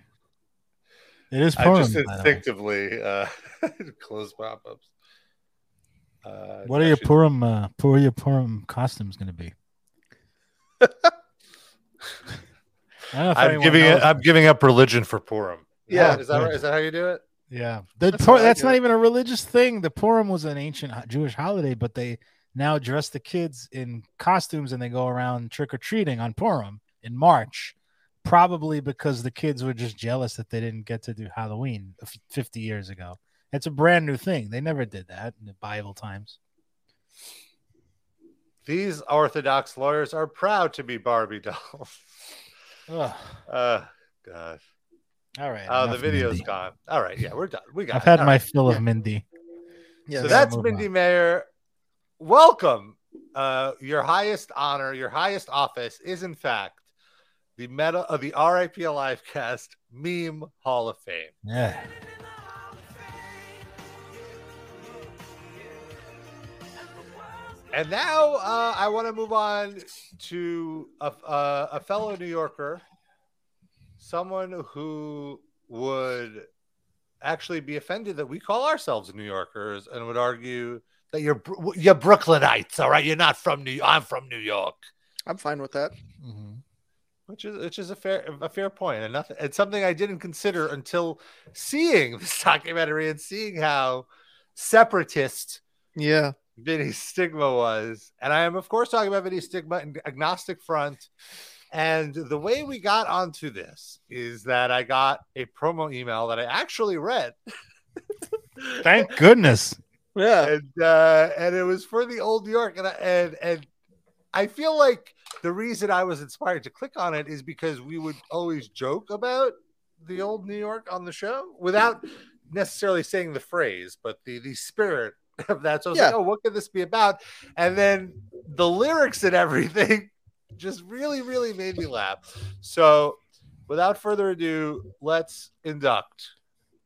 It is I Purim. just by the way. instinctively uh, close pop ups. Uh, What are your actually- Purim? Uh, what are your Purim costumes going to be? I don't know if I'm anyone giving knows. it, I'm giving up religion for Purim. Is Yeah. that- is that right? Is that how you do it? Yeah, That's the that's, how I that's do not it. even a religious thing. The Purim was an ancient ho- Jewish holiday, but they now dress the kids in costumes and they go around trick or treating on Purim in March, probably because the kids were just jealous that they didn't get to do Halloween f- 50 years ago. It's a brand new thing. They never did that in the Bible times. These Orthodox lawyers are proud to be Barbie dolls. Ugh. Uh, gosh. All right. Oh, the enough video's Mindy. gone. All right. Yeah, we're done. We got I've it. had All my right. fill Yeah. of Mindy. Yeah, so gotta that's move Mindy Mayer. Welcome. Uh, your highest honor, your highest office is, in fact, the medal of the RIP Alive Cast Meme Hall of Fame. Yeah. And now uh, I want to move on to a, a, a fellow New Yorker, someone who would actually be offended that we call ourselves New Yorkers and would argue that you're Bro- you're Brooklynites, all right? You're not from New. I'm from New York, I'm fine with that. which is which is a fair a fair point and nothing. It's something I didn't consider until seeing this documentary and seeing how separatist Yeah. Vinny's stigma was. And I am, of course, talking about Vinny's stigma and agnostic front. And the way we got onto this is that I got a promo email that I actually read. Thank goodness. Yeah. And uh, and it was for the old New York. And I, and and I feel like the reason I was inspired to click on it is because we would always joke about the old New York on the show without necessarily saying the phrase, but the the spirit of that. So I was like, Yeah. oh, what could this be about? And then the lyrics and everything just really, really made me laugh. So without further ado, let's induct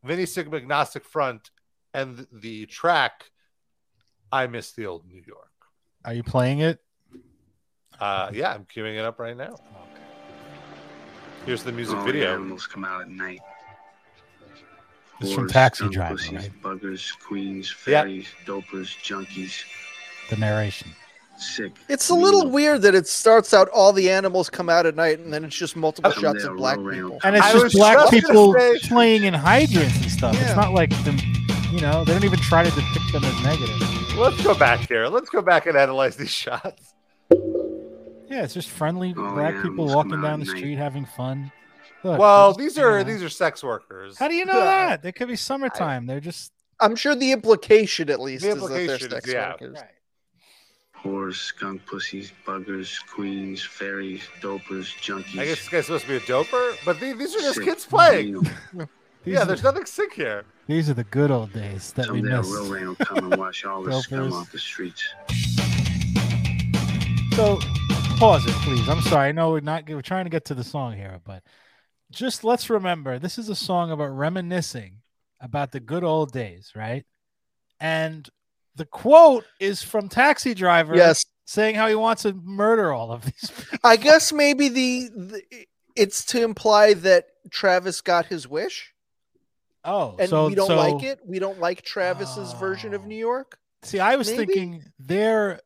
Vinny Sigma Agnostic Front and the track I Miss the Old New York. Are you playing it? Uh, yeah, I'm queuing it up right now. Here's the music All Oh, the video. animals come out at night. It's from Whores, Taxi skunk Driver, pussies, right? Buggers, queens, fairies, dopers, junkies, The narration. sick. It's a Hmm. little weird that it starts out all the animals come out at night and then it's just multiple shots of black people. And it's just black people playing in hydrants and stuff. Yeah. It's not like them, you know, they don't even try to depict them as negative. Let's go back here. Let's go back and analyze these shots. Yeah, it's just friendly Oh, black yeah, people let's walking come down out the at night. street having fun. Look, well, they're just these are hanging out. these are sex workers. How do you know that? They could be summertime. They're just. I'm sure the implication, at least, The is that they're implication is, sex yeah. workers. Whores, skunk pussies, buggers, queens, fairies, dopers, junkies. I guess this guy's supposed to be a doper, but the- these are just Sick, kids playing. These yeah, are- there's nothing sick here. These are the good old days that we Someday a miss. real rain will come and wash all the scum Dopers. off the streets. So, pause it, please. I'm sorry. I know we're not we're trying to get to the song here, but just let's remember this is a song about reminiscing about the good old days, right? And the quote is from Taxi Driver, Yes. saying how he wants to murder all of these. I guess maybe the, the it's to imply that Travis got his wish. Oh, and so- we don't so- Oh. like it. We don't like Travis's version of New York. See, I was Maybe? thinking their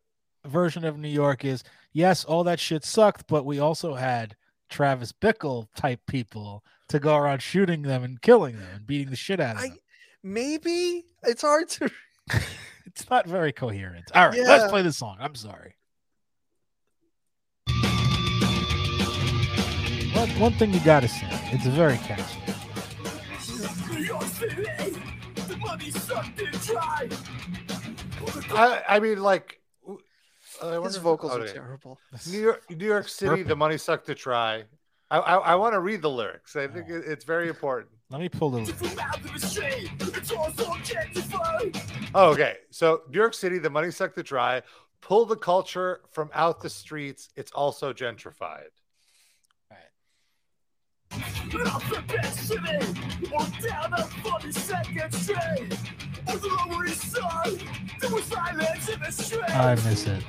version of New York is yes, all that shit sucked, but we also had Travis Bickle type people to go around shooting them and killing them and beating the shit out of them. Maybe it's hard to. It's not very coherent. All right, let's Yeah. play this song. I'm sorry. One, one thing you gotta say, it's very catchy. I, I mean, like uh, w- I His wonder if- vocals are okay. terrible. New York, New York City, the perfect. money sucked to try. I, I, I want to read the lyrics. I think it, it's very important. Oh. Let me pull the Oh, okay. So New York City, the money sucked to try. Pull the culture from out the streets. It's also gentrified. I miss it.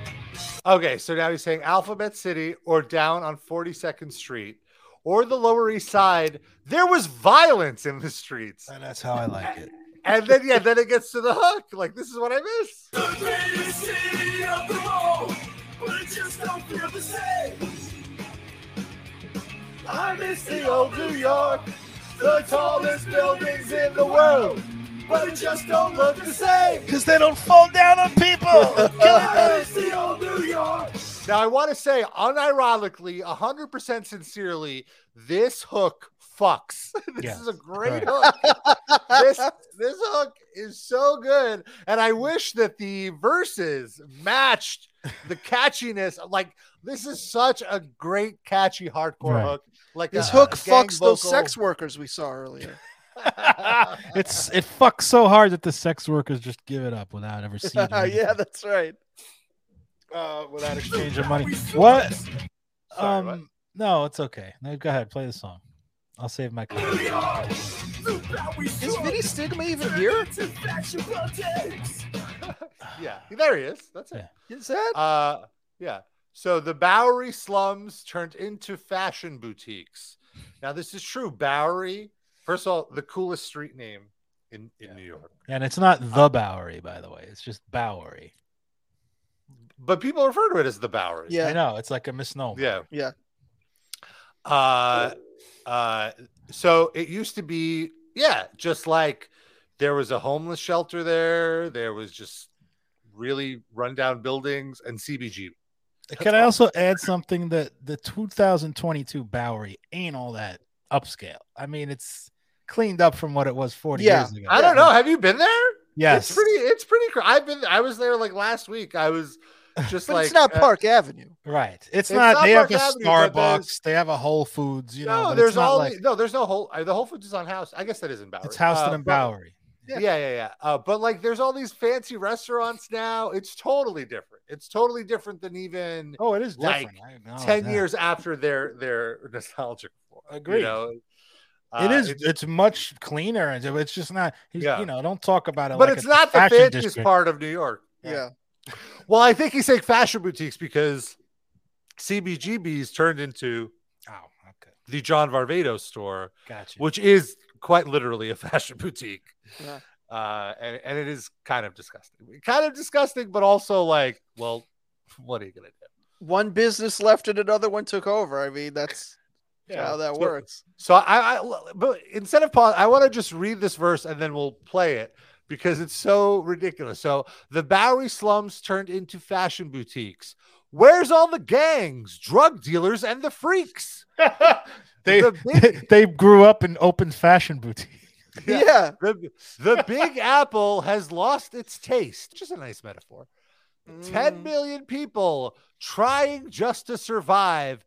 Okay, so now he's saying Alphabet City or down on 42nd Street or the Lower East Side. There was violence in the streets. And that's how I like it. And then, yeah, then it gets to the hook. Like, this is what I miss. I miss the old New York, the tallest buildings in the world, but it just don't look the same. Because they don't fall down on people. I miss the old New York. Now, I want to say, unironically, 100% sincerely, this hook fucks. this Yeah, is a great right. hook. this, this hook is so good. And I wish that the verses matched the catchiness. Like, this is such a great, catchy, hardcore Right. hook. Like, This a- hook a gang fucks those vocal. sex workers we saw earlier. It's it fucks so hard that the sex workers just give it up without ever seeing anything. yeah, that's right. Uh, without exchange of money. What? Sorry, um, what? no, it's okay. No, go ahead, play the song. I'll save my. Comment. Is Vinny Stigma even here? yeah, there he is. That's it. Is that? Uh, yeah. So the Bowery slums turned into fashion boutiques. Now this is true. Bowery, first of all, the coolest street name in, in New York, And it's not the Bowery, by the way. It's just Bowery. but people refer to it as the Bowery. I know. It's like a misnomer. Yeah. Yeah. Uh, uh, so it used to be, yeah, just like there was a homeless shelter there. There was just really rundown buildings and CBG. Can I also add something that the 2022 Bowery ain't all that upscale? I mean, it's cleaned up from what it was 40 Yeah. years ago. I don't know. Have you been there? Yes. It's pretty. It's pretty. cr- I've been. I was there like last week. I was just But like. it's not uh, Park Avenue. Right. It's, It's not, not They have Park a Avenue, but there's- Starbucks. They have a Whole Foods. You know, no, but there's it's not all. like no, there's no whole. uh, The Whole Foods is on House. I guess that is in Bowery. it's Houston Uh, and but- Bowery. Yeah, yeah, yeah. Uh, but like, there's all these fancy restaurants now. It's totally different. It's totally different than even oh, it is like different. I acknowledge ten that. years after their their nostalgic. for, you Agreed. know? it Uh, is. It's, much cleaner, and it's just not. You, Yeah. you know, don't talk about it. but like it's a not the fashion fanciest district. part of New York. Yeah. Well, I think he's saying fashion boutiques because CBGB's turned into the John Varvatos store, Gotcha. which is quite literally a fashion boutique. Yeah. Uh, and, and it is kind of disgusting. Kind of disgusting, but also like, well, what are you going to do? One business left and another one took over. I mean, that's how that So- works. So I, I but instead of pause, I want to just read this verse and then we'll play it because it's so ridiculous. So the Bowery slums turned into fashion boutiques. Where's all the gangs, drug dealers, and the freaks? They The they grew up in open fashion boutique. Yeah. The, the Big Apple has lost its taste, which is a nice metaphor. Mm. 10 million people trying just to survive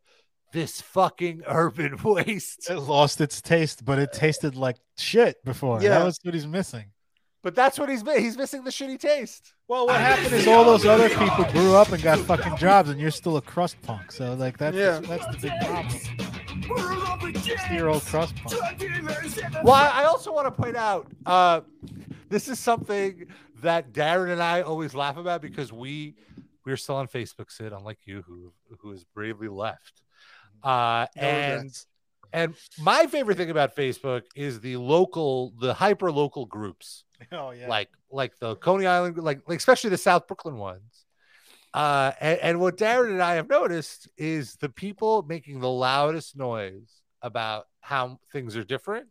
this fucking urban waste. It lost its taste, but it tasted like shit before. Yeah. That was what he's missing. But that's what he's mi- he's missing the shitty taste. Well, what happened is all those other people grew up and got fucking jobs, and you're still a crust punk. So like that's Yeah. that's the big problem. Sixty-year-old crust punk. Well, I I also want to point out uh, this is something that Darren and I always laugh about because we we're still on Facebook, Sid, unlike you who who has bravely left. Uh, No and regrets. and my favorite thing about Facebook is the local, the hyper local groups. Oh yeah. like like the Coney Island, like, like especially the South Brooklyn ones. Uh, and, and what Darren and I have noticed is the people making the loudest noise about how things are different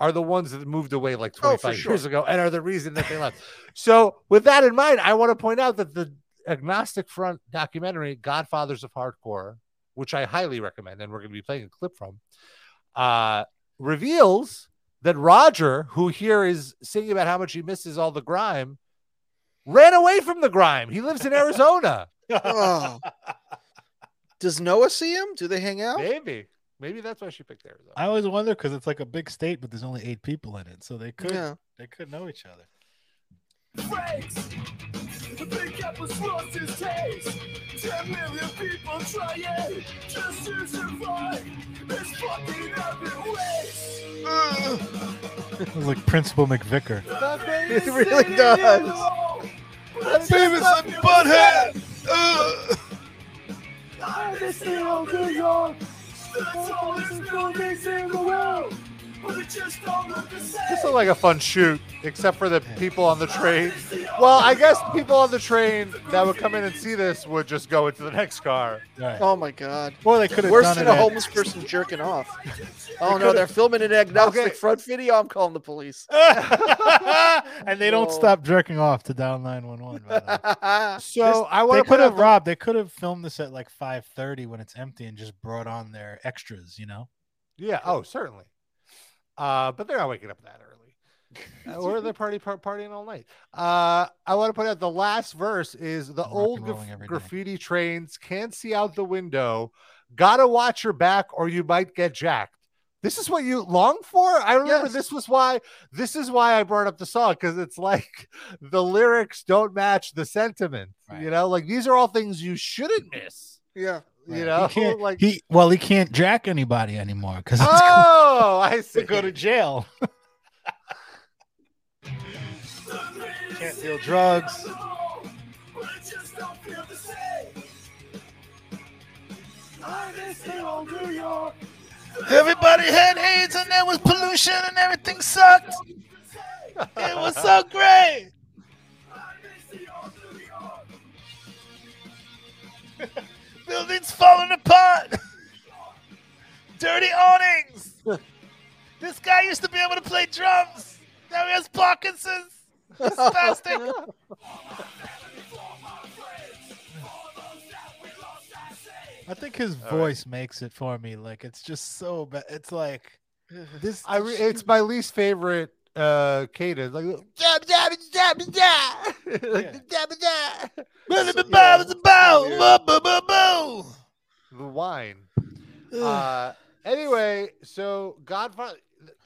are the ones that moved away like Oh, for 25 years sure. ago and are the reason that they left. so, with that in mind, I want to point out that the Agnostic Front documentary, Godfathers of Hardcore, which I highly recommend, and we're going to be playing a clip from, uh, reveals that Roger, who here is singing about how much he misses all the grime, ran away from the grime. He lives in Arizona. Oh. Does Noah see him? Do they hang out? Maybe. Maybe that's why she picked Arizona. I always wonder because it's like a big state, but there's only eight people in it, so they could Yeah. they could know each other. Fakes. The big apple's lost its taste. Ten million people trying just to survive. It's fucking urban waste. It was like Principal McVicker. It really does. Famous and butthead. Ugh. I miss the old New York. The tallest buildings in the world. But it just don't look the same. This looked like a fun shoot, except for the people on the train. Well, I guess people on the train that would come in and see this would just go into the next car. Oh my god. Well, they could have Worse done than it a at- homeless person jerking off. oh no, could've- they're filming an agnostic Okay. front video. I'm calling the police. Oh. and they don't stop jerking off to dial nine one one. So I want to they could put have up robbed. They could have filmed this at like five thirty when it's empty and just brought on their extras. You know, Yeah. Oh, certainly. Uh, but they're not waking up that early, Uh, or they're party par- partying all night. Uh, I want to point out the last verse is the old rolling graf- every day. graffiti trains can't see out the window. Gotta watch your back, or you might get jacked. This is what you long for. I remember this was why. This is why I brought up the song because it's like the lyrics don't match the sentiment. You know, like these are all things you shouldn't miss. Yeah. You know, he can't. like he well, he can't jack anybody anymore because oh, I see. go to jail. can't deal drugs. But it just don't feel the same. I miss the old New York. Everybody had AIDS and there was pollution and everything sucked. It was so great. Buildings falling apart. Dirty awnings. This guy used to be able to play drums. Now he has Parkinson's. It's spastic. I think his All right. voice makes it for me. Like it's just so bad. It's like this. I re- it's my least favorite uh cadence. Like Dab, dab, dab, dab. Like, Dab, dab. the wine. uh, anyway, so Godfather.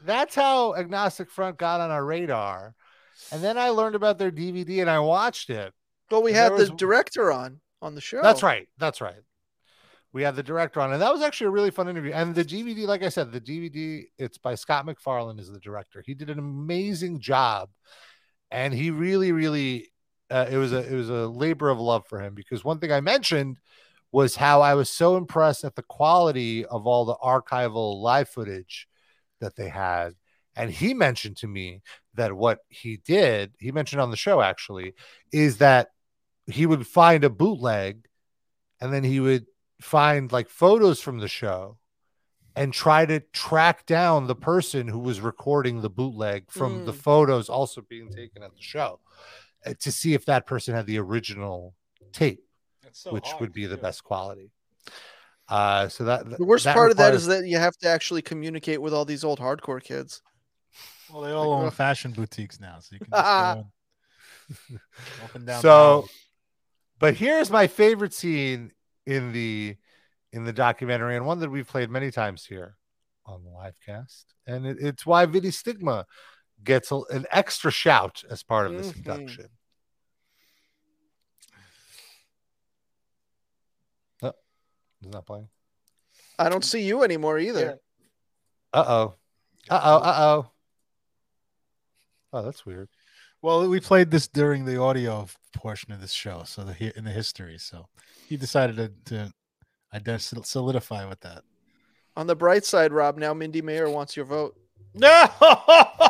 That's how Agnostic Front got on our radar. And then I learned about their DVD and I watched it. But we And had there the was- director on on the show. That's right. That's right. We had the director on, and that was actually a really fun interview. And the DVD, like I said, the DVD, it's by Scott McFarlane is the director. He did an amazing job, and he really, really, uh, it was a it was a labor of love for him because one thing I mentioned was how I was so impressed at the quality of all the archival live footage that they had. And he mentioned to me that what he did, he mentioned on the show actually, is that he would find a bootleg and then he would find like photos from the show and try to track down the person who was recording the bootleg from the Mm. photos also being taken at the show uh, to see if that person had the original tape, which would be the best quality. Uh, so that The worst part of that is that you have to actually communicate with all these old hardcore kids. Well, they all uh, own fashion boutiques now, so you can just go in, up and down. the so aisle. but here's my favorite scene in the in the documentary and one that we've played many times here on the live cast and it, it's why Vidi Stigma gets a- an extra shout as part of this Mhm. Mm-hmm. induction. Oh, he's not playing. I don't see you anymore either. Uh oh. Uh oh. Uh oh. Oh, that's weird. well, we played this during the audio portion of this show, so the hi- in the history. So he decided to, to ident- solidify with that. On the bright side, Rob, now Mindy Mayer wants your vote. No.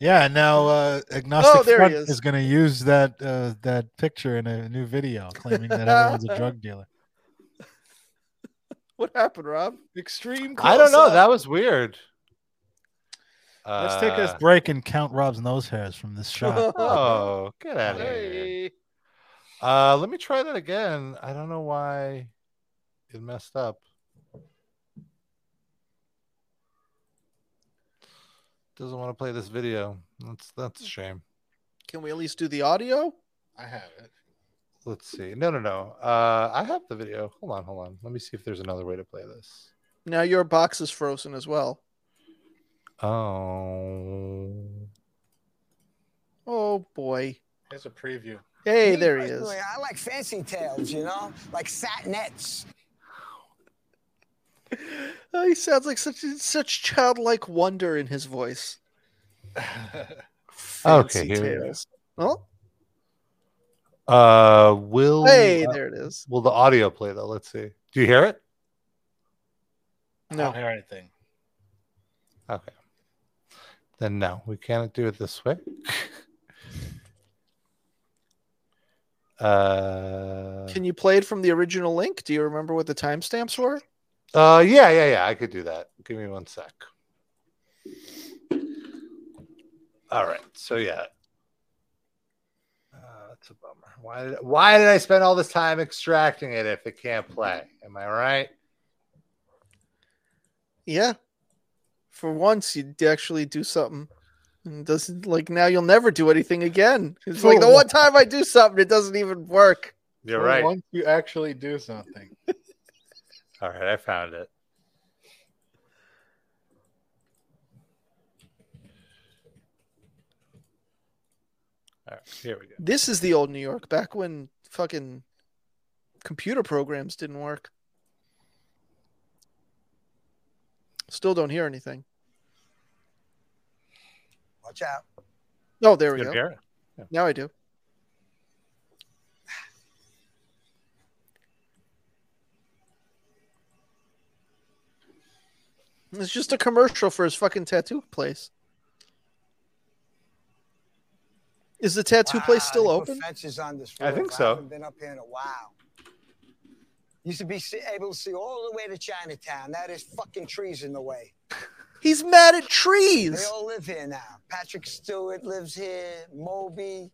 Yeah, now uh, agnostic Oh, there he Front is. is, going to use that uh, that picture in a new video, claiming that everyone's a drug dealer. What happened, Rob? Extreme. I don't know. close-up. Oh, That was weird. Let's take Uh, a break and count Rob's nose hairs from this shot. Oh, get out of here. Uh, let me try that again. I don't know why it messed up. Doesn't want to play this video. That's that's a shame. Can we at least do the audio? I have it. Let's see. No, no, no. Uh, I have the video. Hold on, hold on. Let me see if there's another way to play this. Now your box is frozen as well. Oh, Oh boy. Here's a preview. Hey, Me there he is. personally, I like fancy tails, you know, like satinets. Oh, he sounds like such such childlike wonder in his voice. okay. Fancy Here we go. tales. Oh, Uh, will Hey, there it is. Will the audio play though? Let's see. Do you hear it? No. I don't hear anything. Okay. Then no, we can't do it this way. uh, can you play it from the original link? Do you remember what the timestamps were? uh, yeah, yeah, yeah. I could do that. Give me one sec. All right. So yeah. Uh, that's a bummer. Why did, why did I spend all this time extracting it if it can't play? Am I right? Yeah. For once, you d- actually do something. And it doesn't like now you'll never do anything again. It's like Oh, oh, the For one time I do something, it doesn't even work. You're For right. Once you actually do something. All right, I found it. All right, here we go. This is the old New York back when fucking computer programs didn't work. Still don't hear anything. Watch out. No, Oh, there we You go. don't hear it? Now I do. It's just a commercial for his fucking tattoo place. Is the tattoo place Wow, still they put open? Fences on this I roof. think so. I haven't been up here in a while. Used to be see- able to see all the way to Chinatown. Now there's fucking trees in the way. He's mad at They trees. all live here now. Patrick Stewart lives here. Moby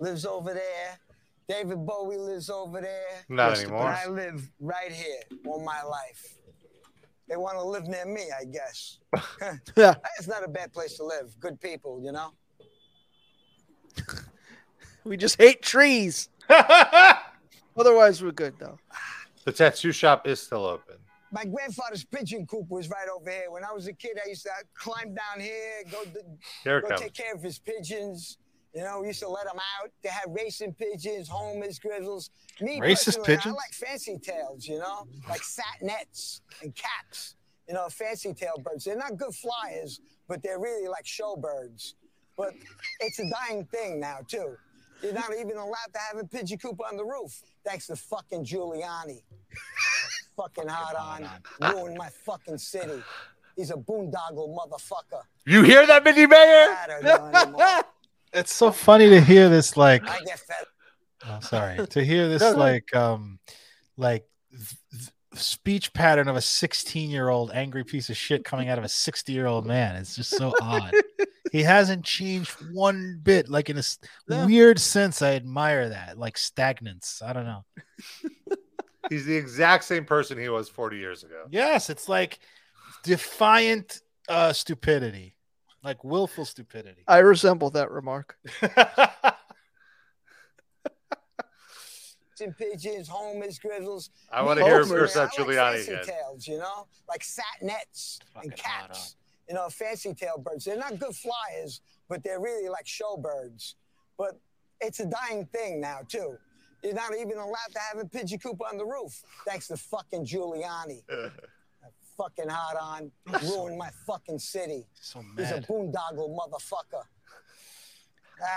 lives over there. David Bowie lives over there. Not Rest in anymore. peace. And I live right here all my life. They want to live near me, I guess. Yeah. It's not a bad place to live. Good people, you know? We just hate trees. Otherwise, we're good though. The tattoo shop is still open. My grandfather's pigeon coop was right over here. When I was a kid, I used to climb down here, go, d- Here it go comes. take care of his pigeons. You know, we used to let them out. They had racing pigeons, homers, grizzles. Me Racist personally, pigeons? I like fancy tails, you know, like satinets and caps. You know, fancy tail birds. They're not good flyers, but they're really like show birds. But it's a dying thing now, too. You're not even allowed to have a pigeon coop on the roof, thanks to fucking Giuliani fucking hard on, ruined my fucking city. He's a boondoggle motherfucker. You hear that, Minnie Mayor? It's so funny to hear this like I get fed oh, sorry to hear this No, no. like um like th- th- speech pattern of a 16 year old angry piece of shit coming out of a 60 year old man it's just so odd he hasn't changed one bit like in a s- weird sense i admire that like stagnance i don't know He's the exact same person he was 40 years ago. yes it's like defiant uh stupidity like willful stupidity I resemble that remark. and pigeons, homers, grizzles. I wanna hear him Homers. curse out I like Giuliani fancy again. tails, you know, like satinets and caps. You know, fancy tail birds. They're not good flyers, but they're really like show birds. But it's a dying thing now too. You're not even allowed to have a pigeon coop on the roof, thanks to fucking Giuliani. fucking hard on, ruined my fucking city. So He's a mad. boondoggle motherfucker.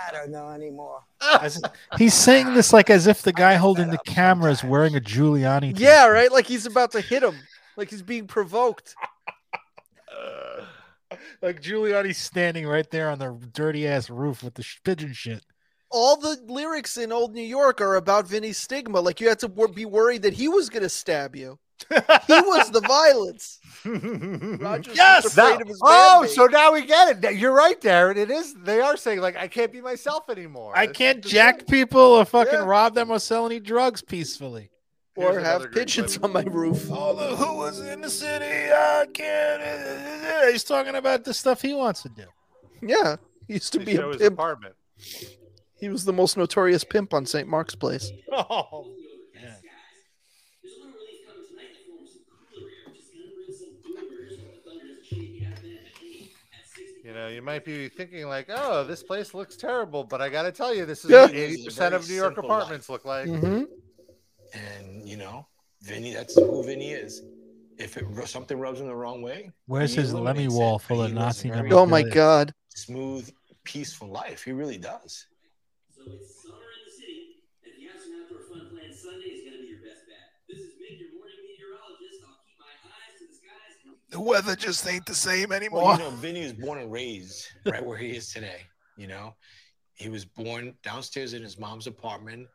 I don't know anymore. As- he's saying this like as if the guy holding the camera is wearing a giuliani t- Yeah, right. Like he's about to hit him. Like he's being provoked. like Giuliani's standing right there on the dirty ass roof with the sh- pigeon shit. All the lyrics in Old New York are about Vinny's stigma. Like you had to wor- be worried that he was going to stab you. he was the violence. Roger's Yes. afraid Now- of his oh, bandmate. so now we get it. That- You're right, Darren. It is. They are saying like, I can't be myself anymore. I This- can't this- jack people or fucking Yeah. rob them or sell any drugs peacefully. Or Here's have another great pigeons on my roof. All of who was in the city, I can't. Yeah, he's talking about the stuff he wants to do. Yeah, he used to They be show a his pimp. apartment. He was the most notorious pimp on St. Mark's Place. Oh, man. You know, you might be thinking like, oh, this place looks terrible, but I gotta tell you, this is Yeah. what eighty percent of New York Simple life. apartments look like. Mm-hmm. Mm-hmm. And you know, Vinny, that's who Vinny is. If it ru- something rubs him the wrong way, Where's he his Lemmy eliminates it. wall full of He lives a Nazi very Oh memorabilia? Smooth, peaceful life. He really does. So it's summer in the city, and if you have some outdoor fun planned, Sunday is going to be your best bet. This is Mick, your morning meteorologist. I'll keep my eyes to the skies. The weather just ain't the same anymore. Well, you know, Vinny was born and raised right where he is today. You know, he was born downstairs in his mom's apartment,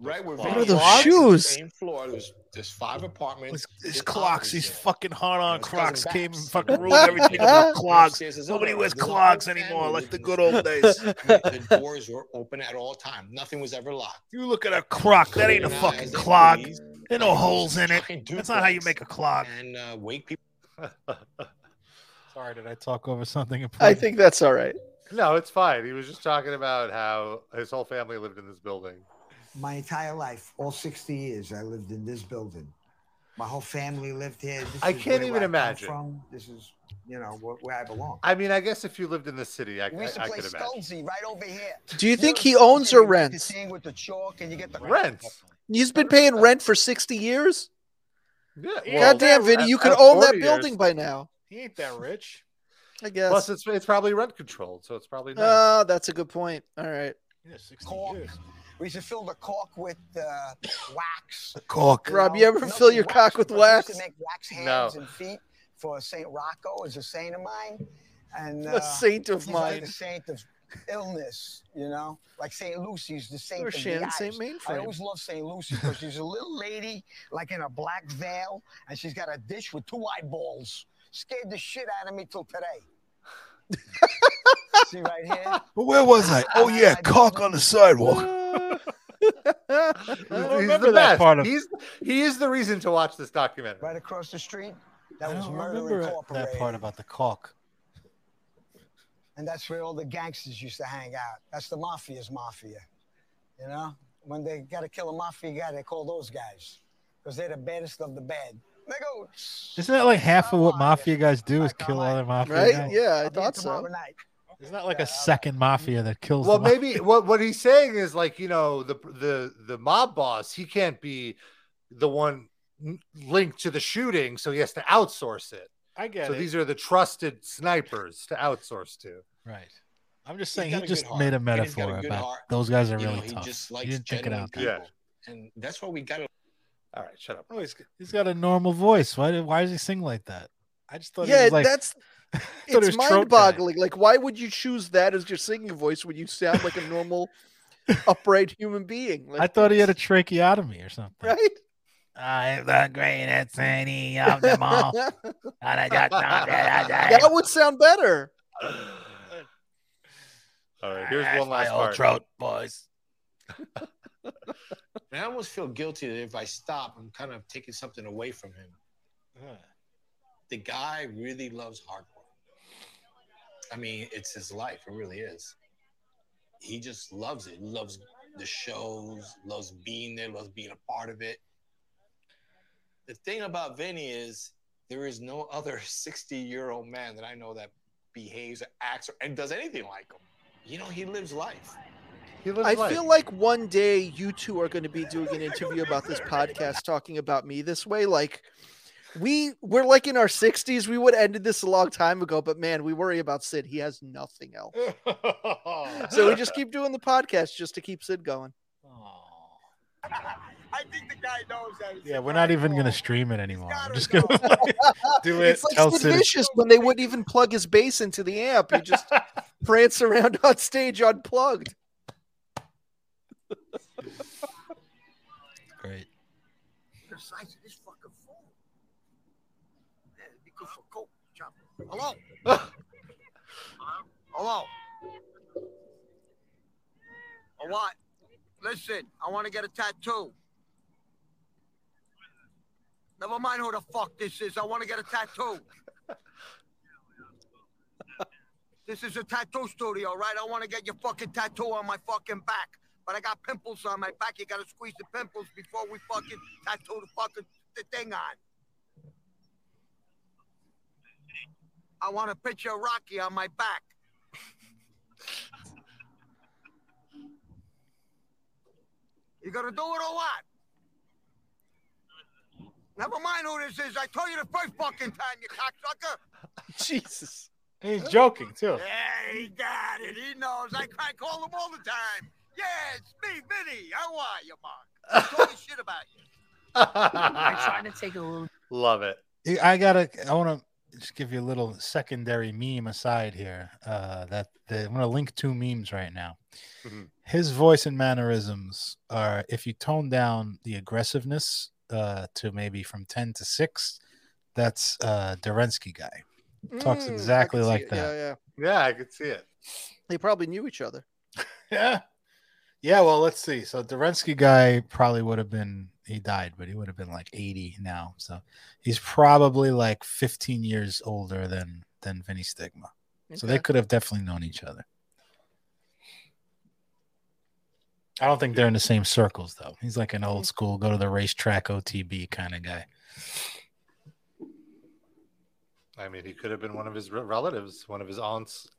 right where What Vinny are those was, shoes? Same floor. There's there's five apartments. His clocks, these fucking hard on clocks clocks Vax. came came and and fucking fucking ruined ruined everything everything about about clogs. clocks. Upstairs is Nobody Nobody wears wears another clogs clogs anymore like the good old old days. days. the doors were open at all time. Nothing was ever locked. You look at a crock, that ain't a fucking clog. There no holes in it. That's not how you make a clog. And uh, wake people. Sorry, did I talk over something? I think that's all right. No, it's fine. He was just talking about how his whole family lived in this building. My entire life, all 60 years, I lived in this building. My whole family lived here. This I is can't where even I come imagine. From. This is, you know, where, where I belong. I mean, I guess if you lived in the city, I, We I, used to I play could imagine. Scullsy right over here. Do you think he owns or You're rents? seeing with the chalk and you get the Rent. He's been paying rent for 60 years? Yeah, well, Goddamn, Vinny, at- you could at own that 40 years. building by now. He ain't that rich. I guess. Plus, it's it's probably rent controlled, so it's probably nice. Ah, that's a good point. All right. cork. We used to fill the cork with uh, wax. Cork. Rob, you ever fill your cock with wax? wax? We used to make wax No. hands and feet for Saint Rocco is a saint of mine, and uh, A saint of he's like mine. the saint of illness. You know, like Saint Lucy's the saint Or of Shannon the eyes. Saint I Mainframe. always love Saint Lucy because she's a little lady, like in a black veil, and she's got a dish with two eyeballs. Scared the shit out of me till today. See right here. But where was I? Oh yeah, cock on the sidewalk. He's remember the that best. part of- He's he is the reason to watch this documentary. Right across the street. That I was don't Murder remember that Incorporated. part about the caulk. and that's where all the gangsters used to hang out. That's the mafia's mafia, you know. When they got to kill a mafia guy, they call those guys because they're the baddest of the bad. Nigga, Isn't that like half of what mafia guys do is kill other mafia Right? guys? Yeah, I thought so. It's not like a second mafia that kills. Well, the mafia. maybe what what he's saying is like you know the the the mob boss he can't be the one n- linked to the shooting, so he has to outsource it. I get So it. these are the trusted snipers to outsource to. Right. I'm just saying He's got he a just good made a heart, and he's got metaphor good about heart. those guys are You know, really he tough. just He likes didn't check it genuine out. people. And that's why we got to. All right, shut up. Oh, he's, he's got a normal voice. Why did, why does he sing like that? I just thought. he yeah, was like, that's it was it's Trope mind boggling. Like, why would you choose that as your singing voice when you sound like a normal, upright human being? Like, I thought he had a tracheotomy or something. right. I'm the greatest city of them all. that would sound better. All right, here's one That's my last old part. trout, boys. And I almost feel guilty that if I stop, I'm kind of taking something away from him. The guy really loves hard work. I mean, it's his life. It really is. He just loves it. He loves the shows, loves being there, loves being a part of it. The thing about Vinny is there is no other 60 year old man that I know that behaves, or acts, or, and does anything like him. You know, he lives life. He I feel like one day you two are going to be doing an interview about this podcast, talking about me this way. Like we we're like in our sixties. We would have ended this a long time ago, but man, we worry about Sid. He has nothing else, so we just keep doing the podcast just to keep Sid going. I think the guy knows that. Yeah, we're not even gonna stream it anymore. We're just gonna do it. It's like tell Sid Sid it's- Vicious when they wouldn't even plug his bass into the amp. He just prance around on stage unplugged. Great. The size of this fucking phone. Yeah, it'd be good for coke, chopper. Hello? Hello? I want, listen, I want to get a tattoo. Never mind who the fuck this is. I want to get a tattoo. this is a tattoo studio, right? I want to get your fucking tattoo on my fucking back. But I got pimples on my back. You got to squeeze the pimples before we fucking tattoo the fucking the thing on. I want a picture of Rocky on my back. You gonna do it or what? Never mind who this is. I told you the first fucking time, you cocksucker. Jesus. He's joking too. Yeah, he got it. He knows. I, I call him all the time. Yeah, it's me, Vinny. How are you, Mark? I told you shit about you. I to take a little. Love it. Yeah, I gotta. I want to just give you a little secondary meme aside here. Uh, that the, I'm gonna link two memes right now. Mm-hmm. Mhm. His voice and mannerisms are if you tone down the aggressiveness uh, to maybe from ten to six, that's uh, Derensky guy. Talks Mm, I can exactly see like it. that. Yeah, yeah. Yeah, I could see it. They probably knew each other. Yeah. Yeah, well, let's see. So Derensky guy probably would have been he died, but he would have been like 80 now. So he's probably like 15 years older than than Vinny Stigma. So they Okay. could have definitely known each other. I don't think they're in the same circles though. He's like an old school go to the racetrack OTB kind of guy. I mean, he could have been one of his re- relatives, one of his aunts.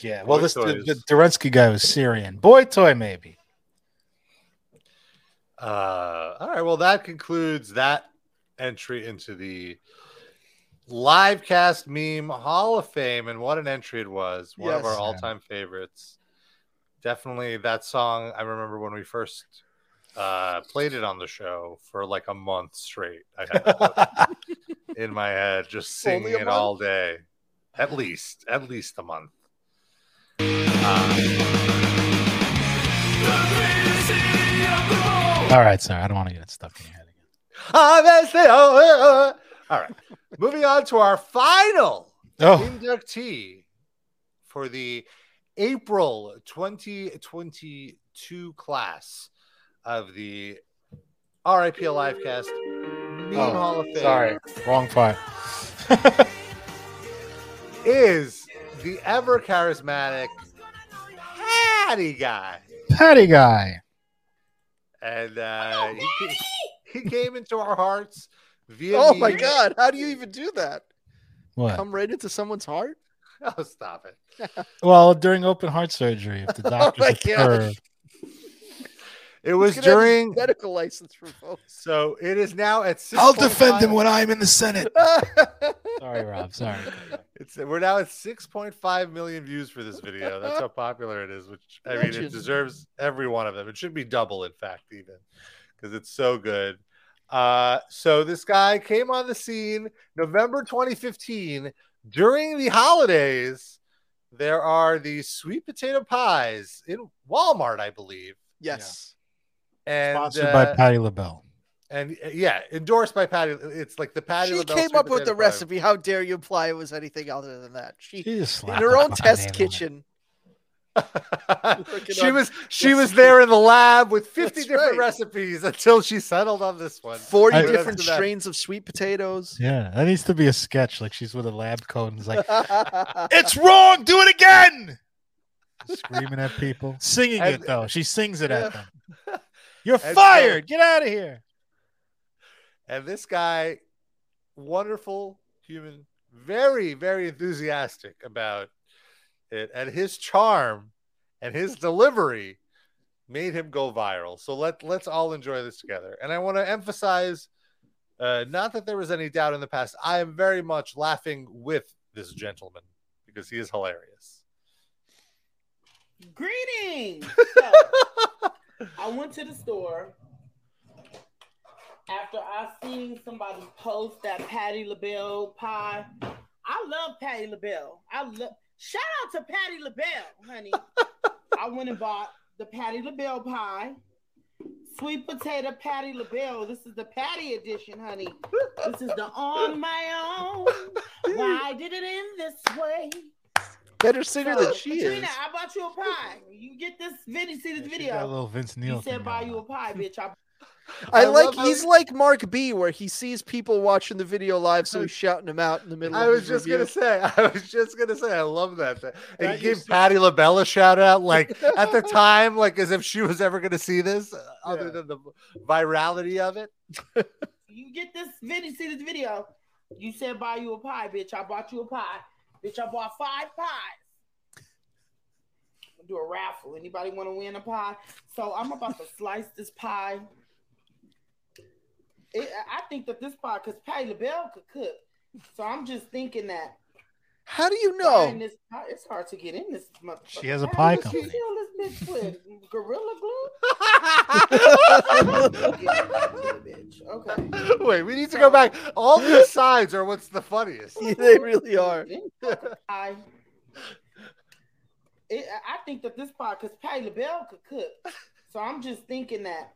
Yeah. Well, this the, Boytoys. the Derensky guy was Syrian. Boy toy maybe. Uh, all right. Well, that concludes that entry into the live cast meme Hall of Fame. And what an entry it was. One of Yes. our all time favorites. Definitely that song. I remember when we first uh, played it on the show for like a month straight. I had that in my head, just singing Only a it all day. At least, at least a month. Uh, All right, sorry. I don't want to get stuck in your head. All right. Moving on to our final Oh. inductee for the April 2022 class of the RIP Livecast Meme Oh, Hall of Fame Sorry, wrong part. is the ever charismatic Patty guy. Patty guy. and uh, he, ca- he came into our hearts Via oh my the- god, how do you even do that? What? Come right into someone's heart? Oh, stop it. Well, during open heart surgery, if the Oh doctors my occur, gosh. It was He's gonna have his during. medical license revoked. So it is now at. 6. I'll defend him when I'm in the Senate. sorry, Rob. Sorry. It's we're now at 6.5 million views for this video. That's how popular it is, which I mean it Legend. deserves every one of them. It should be double, in fact, even because it's so good. Uh, so this guy came on the scene November 2015 during the holidays. There are these sweet potato pies in Walmart, I believe. Yes. And Sponsored uh, by Patty LaBelle. and uh, yeah, endorsed by Patty. It's like the Patty. She LaBelle came sweet up with potato the pie. recipe. How dare you imply it was anything other than that? She, She just in slapped her a own fucking name on test it. kitchen. she was she was there in the lab with 50 That's right. different Recipes until she settled on this one. 40 I- different That's- strains of sweet potatoes. Yeah, that needs to be a sketch. Like she's with a lab coat and is like it's wrong. Do it again. screaming at people, singing And- it though. She sings it Yeah. at them. You're And so- fired. Get out of here. And this guy, wonderful human, very, very enthusiastic about it. And his charm and his delivery made him go viral. So let, let's all enjoy this together. And I want to emphasize uh, not that there was any doubt in the past. I am very much laughing with this gentleman because he is hilarious. Greetings. So, I went to the store after I seen somebody post that Patty LaBelle pie. I love Patty LaBelle. I love shout out to Patty LaBelle, honey. I went and bought the Patty LaBelle pie. Sweet potato Patty LaBelle. This is the Patty edition, honey. This is the on my own. Why did it end this way? Better singer than So, she Katrina, is. I bought you a pie. You get this video. See this video. got a little Vince Neil He said, thing "Buy you a pie, bitch." I, I, I like love how- he's like Mark B, where he sees people watching the video live, so he's shouting them out in the middle. I of was his just review. gonna say. I was just gonna say. I love that. Thing. And That he gave used to- Patty LaBelle a shout out, like at the time, like as if she was ever gonna see this, uh, other than the virality of it. you get this video. See this video. You said, "Buy you a pie, bitch." I bought you a pie, bitch. I bought five pies. I'm gonna do a raffle. Anybody want to win a pie? So I'm about to slice this pie. It, I I think that this pie, because Patty LaBelle could cook, so I'm just thinking that How do you buying know? this pie- It's hard to get in this motherfucker. She has a How pie did you company. fill this bitch with gorilla glue. Okay. Wait, we need to go back. All these sides are what's the funniest. Yeah, they really are. I, it, I think that this pie, because Patty LaBelle could cook, so I'm just thinking that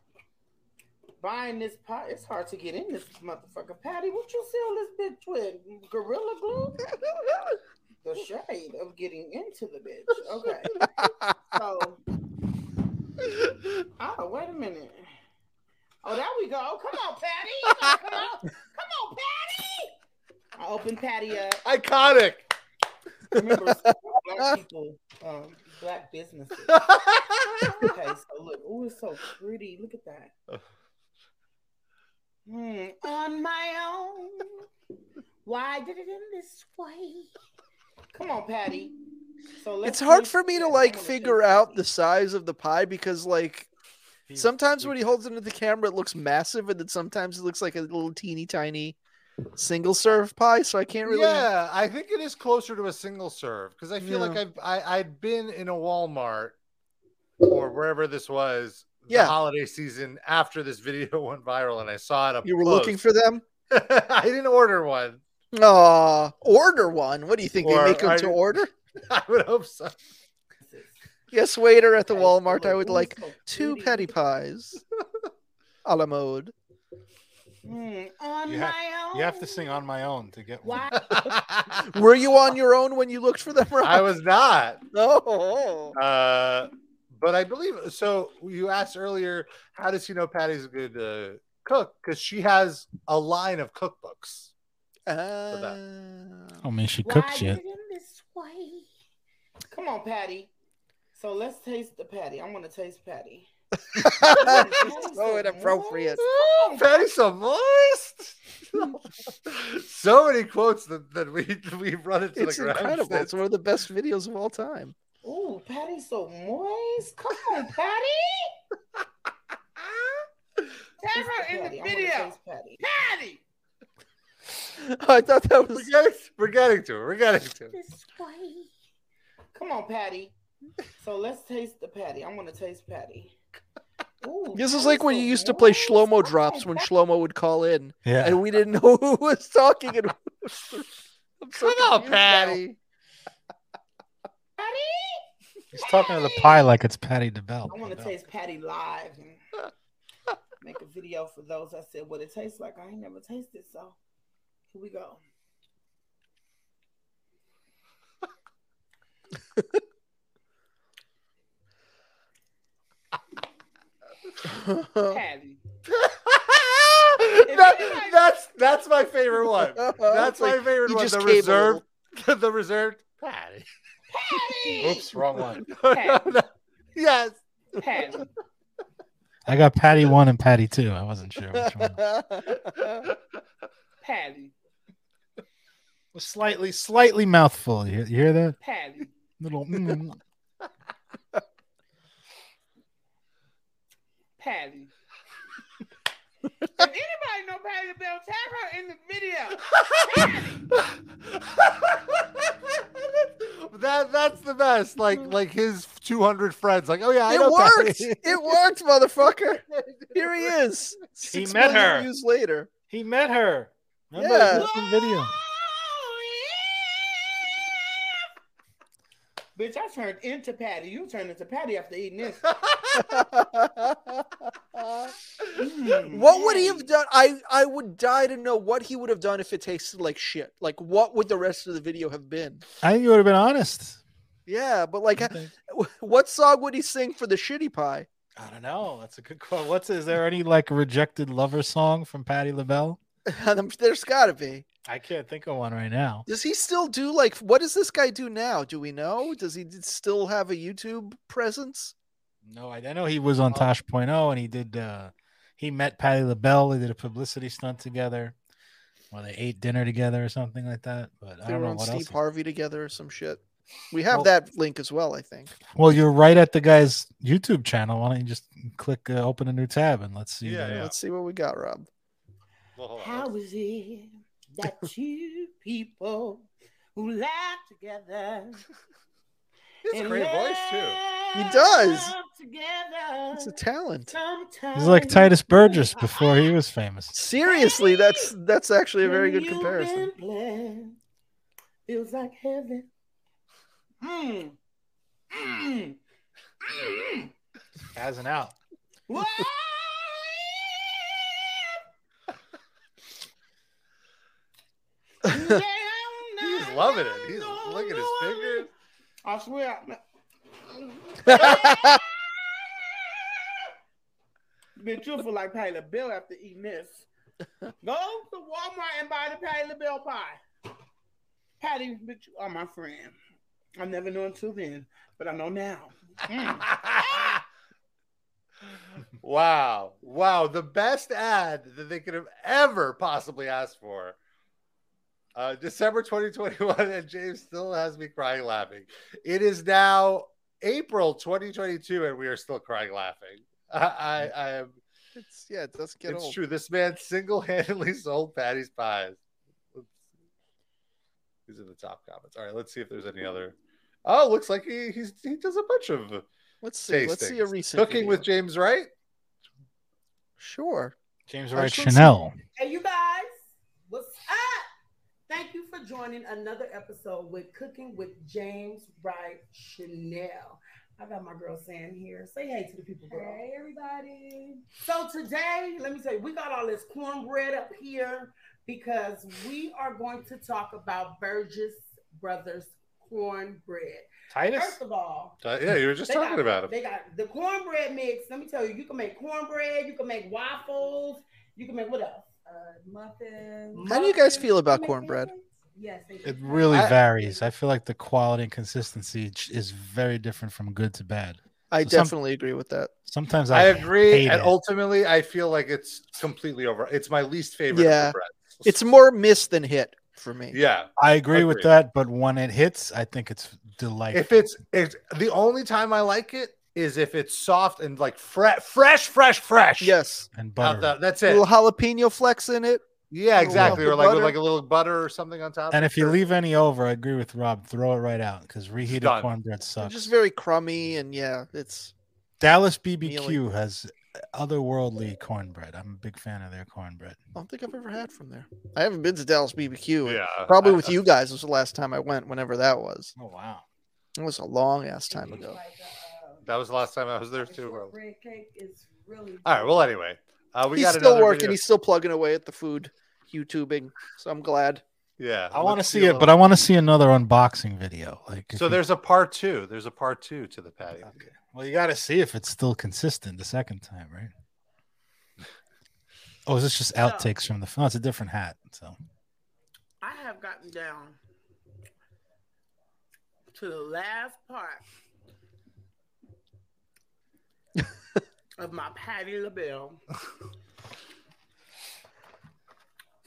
buying this pie, it's hard to get in this motherfucker. Patty, what you seal this bitch with? Gorilla glue? the shade of getting into the bitch. Okay. so, oh, wait a minute. Oh, there we go. Come on, Patty. You gotta Come on, Come on, Patty. I opened Patty up. Iconic. Remember, Ah. black people, um, black businesses. Okay, so look, oh, it's so pretty. Look at that. Hmm, on my own. Why did it end this way? Come on, Patty. So let's It's see hard if- for me to like figure out the size of the pie because like sometimes when he holds it into the camera it looks massive and then sometimes it looks like a little teeny tiny single serve pie so I can't really Yeah, I think it is closer to a single serve because I feel Yeah. like I've I, I'd been in a Walmart or wherever this was Yeah. the holiday season after this video went viral and I saw it up. you were close. looking for them. I didn't order one. Aw, order one. What do you think Or they make them I- to order? I would hope so. Yes, waiter at the Walmart. I would like two patty pies, a la mode. Hmm, on You my have, you have to sing on my own to get one. Were you on your own when you looked for them? Rob? I was not. No. Uh, but I believe so. You asked earlier, how does he know Patty's a good uh, cook? Because she has a line of cookbooks. for that. I mean, Oh, she Why cooked did shit. it end this way? Come on, Patty. So let's taste the patty. I want to taste patty. so inappropriate. Patty Samoist. so many quotes that, that we we run into It's the ground. incredible. It's one of the best videos of all time. Ooh, Patty, so moist. Come on, Patty. Tag her in the video. Patty. Patty. Oh, I thought that was. We're getting, we're getting to it. We're getting to it. This way. Come on, Patty. So let's taste the patty. I want to taste patty. Ooh, This is Patty like when you used to play Shlomo drops when Shlomo would call in, Yeah. and we didn't know who was talking. And who was- I'm so Come on, confused now. Patty. He's talking to the pie like it's Patty DeBell. I want to taste Patty live and make a video for those. I said what it tastes like. I ain't never tasted, so here we go. Patty. Ah! That- that's that's my favorite one. That's It's my like, favorite Oh, you one. just The gave a reserved, the reserved Patty. Oops, wrong one. No, no, no. Yes. Patty. I got Patty one and Patty two. I wasn't sure. Which one. Patty. Slightly, slightly mouthful. You, you hear that? Patty. Little. mm. Patty. if anybody know Patty LaBelle, tag her in the video. That that's the best. Like like his 200 friends. Like oh yeah, I Mm. It know worked. Patty. It worked, motherfucker. Here he is. He Six met million her. Views later. He met her. Remember Yeah. yeah. video. Bitch, I turned into Patty. You turned into Patty after eating this. What would he have done? I I would die to know what he would have done if it tasted like shit. Like what would the rest of the video have been? I think you would have been honest. Yeah, but like, what song would he sing for the shitty pie? I don't know. That's a good quote. What's is there any like rejected lover song from Patty LaBelle? I'm- There's got to be. I can't think of one right now. Does he still do like what does this guy do now? Do we know? Does he d- still have a YouTube presence? No, I, I know he was on Tosh Point oh, and he did. uh He met Patty LaBelle. They did a publicity stunt together, or they ate dinner together or something like that. But I They don't were know on what Steve else. Harvey together or some shit. We have Well- that link as well, I think. Well, you're right at the guy's YouTube channel. Why don't you just click uh, open a new tab and let's see? the- Let's see what we got, Rob. How is it that two people who laugh together? He has a and great voice too. He does. love Together. It's a talent. Sometimes He's like Titus Burgess before he was famous. Seriously, that's that's actually a very when good you've comparison. been blessed, Feels like heaven. Mm. Mm. Mm. As and out. Whoa! He's loving it. He's looking at his fingers. I swear. Been truthful like Patty LaBelle after eating this. Go to Walmart and buy the Patty LaBelle pie. Patty, bitch, you are my friend. I never knew until then, but I know now. Mm. Wow. Wow. The best ad that they could have ever possibly asked for. Uh, December 2021, and James still has me crying laughing. It is now April 2022, and we are still crying laughing. I, I, I am. It's yeah, it does get it's old. true. This man single handedly sold Patty's pies. Let's- These are the top comments. All right, let's see if there's any other. Oh, looks like he he's, he does a bunch of. Let's see. Let's see a tastings. recent cooking with James Wright. Sure. James Wright Chanel. Hey, you guys, what's up? Thank you for joining another episode with Cooking with James Wright Chanel. I got my girl Sam here. Say hey to the people, girl. Hey, everybody. So today, let me tell you, we got all this cornbread up here because we are going to talk about Burgess Brothers cornbread. Titus? First of all, Ti- yeah, you were just they talking got- about 'em. They got the cornbread mix. Let me tell you, you can make cornbread, you can make waffles, you can make what else? Uh, muffins. How do you guys feel about cornbread? Yes, they It really I- varies. I feel like the quality and consistency ch- is very different from good to bad. I So some- definitely agree with that. Sometimes I agree, hate and it. ultimately, I feel like it's completely over. It's my least favorite. of the Yeah, Bratz. it's more miss than hit for me. Yeah, I agree with Agreed. that, but when it hits, I think it's delightful. If it's, it's the only time I like it is if it's soft and like fresh, fresh, fresh, fresh. Yes, and butter. that's it. little jalapeno flex in it. Yeah, exactly. Or melted like with butter. like a little butter or something on top. and if you leave any over, I agree with Rob. Throw it right out because reheated Done. cornbread sucks. just very crummy and yeah, it's Dallas BBQ Mealy. has otherworldly cornbread. I'm a big fan of their cornbread. I don't think I've ever had from there. I haven't been to Dallas BBQ. Yeah, Yeah, probably I- with you guys was the last time I went. Whenever that was. Oh wow, it was a long ass time ago. that was the last time I was there too. All Red cake is really right. Well, anyway, uh, we he's got still another working. video. He's still plugging away at the food, YouTubing. So I'm glad. Yeah, I want to let's see do a it, but I want to see another unboxing video. Like, if So you- there's a part two. There's a part two to the patty. well, you got to see if it's still consistent the second time, right? Oh, is this just outtakes from the phone? It's a different hat. So I have gotten down to the last part of my Patty LaBelle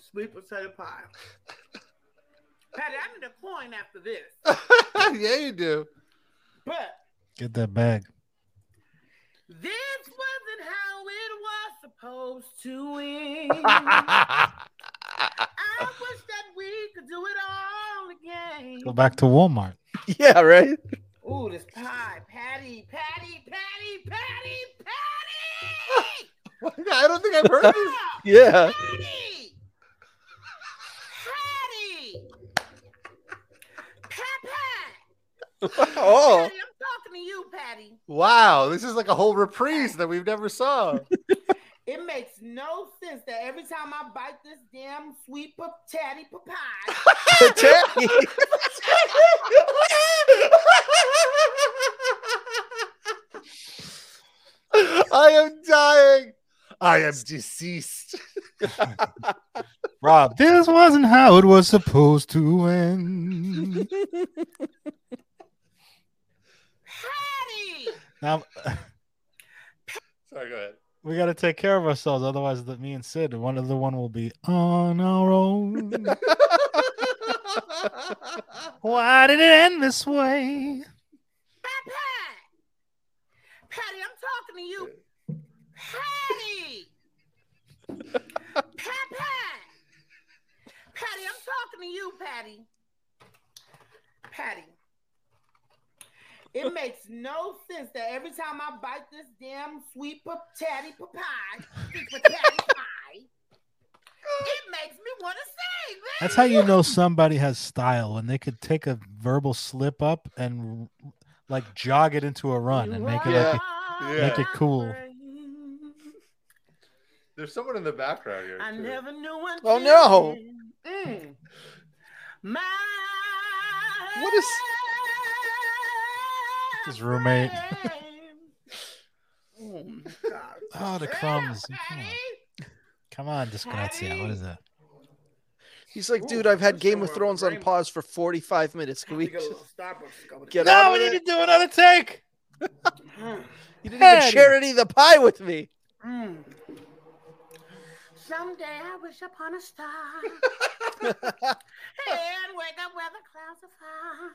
sweet potato pie. Patty, I need a coin after this, yeah, you do. but get that bag. this wasn't how it was supposed to end. I wish that we could do it all again. Mm-hmm. Go back to Walmart. Yeah, right. Ooh, this pie. Patty, Patty, Patty, Patty, Patty! I don't think I've heard this. Yeah. Patty! Patty! oh, Patty, I'm talking to you, Patty. Wow, this is like a whole reprise that we've never saw. It makes no sense that every time I bite this damn sweet patty pie, I am dying. I am deceased. Rob, this wasn't how it was supposed to end. Now Sorry, go ahead. we got to take care of ourselves, otherwise, the, me and Sid, one of the one will be on our own. Why did it end this way? Patty, I'm talking to you. Patty! Patty! Patty, I'm talking to you, Patty. Patty. It makes no sense that every time I bite this damn sweet patty pie, sweet patty pie, it makes me want to sing. man. That's how you know somebody has style when they could take a verbal slip up and like jog it into a run and make it like a- Yeah. make it cool. There's someone in the background here. I too. never knew one. Oh, no. Mm. My what is? His roommate. Oh my god. Oh, the crumbs. Come on, Come on disgrazia. What is that? He's like, dude, I've had Game of Thrones on pause for 45 minutes. Can we just get No, out we of need it? to do another take. You didn't even share any of the pie with me. Mm. Someday I wish upon a star and wake up where the clouds are far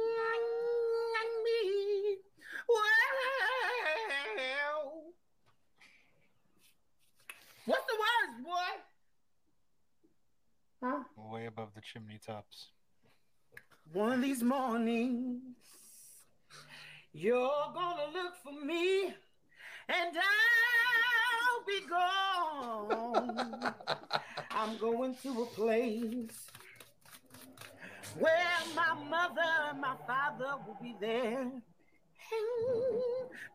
behind me. Well, what's the words, boy? Way above the chimney tops. One of these mornings, you're gonna look for me, and I'll be gone. I'm going to a place where my mother and my father will be there.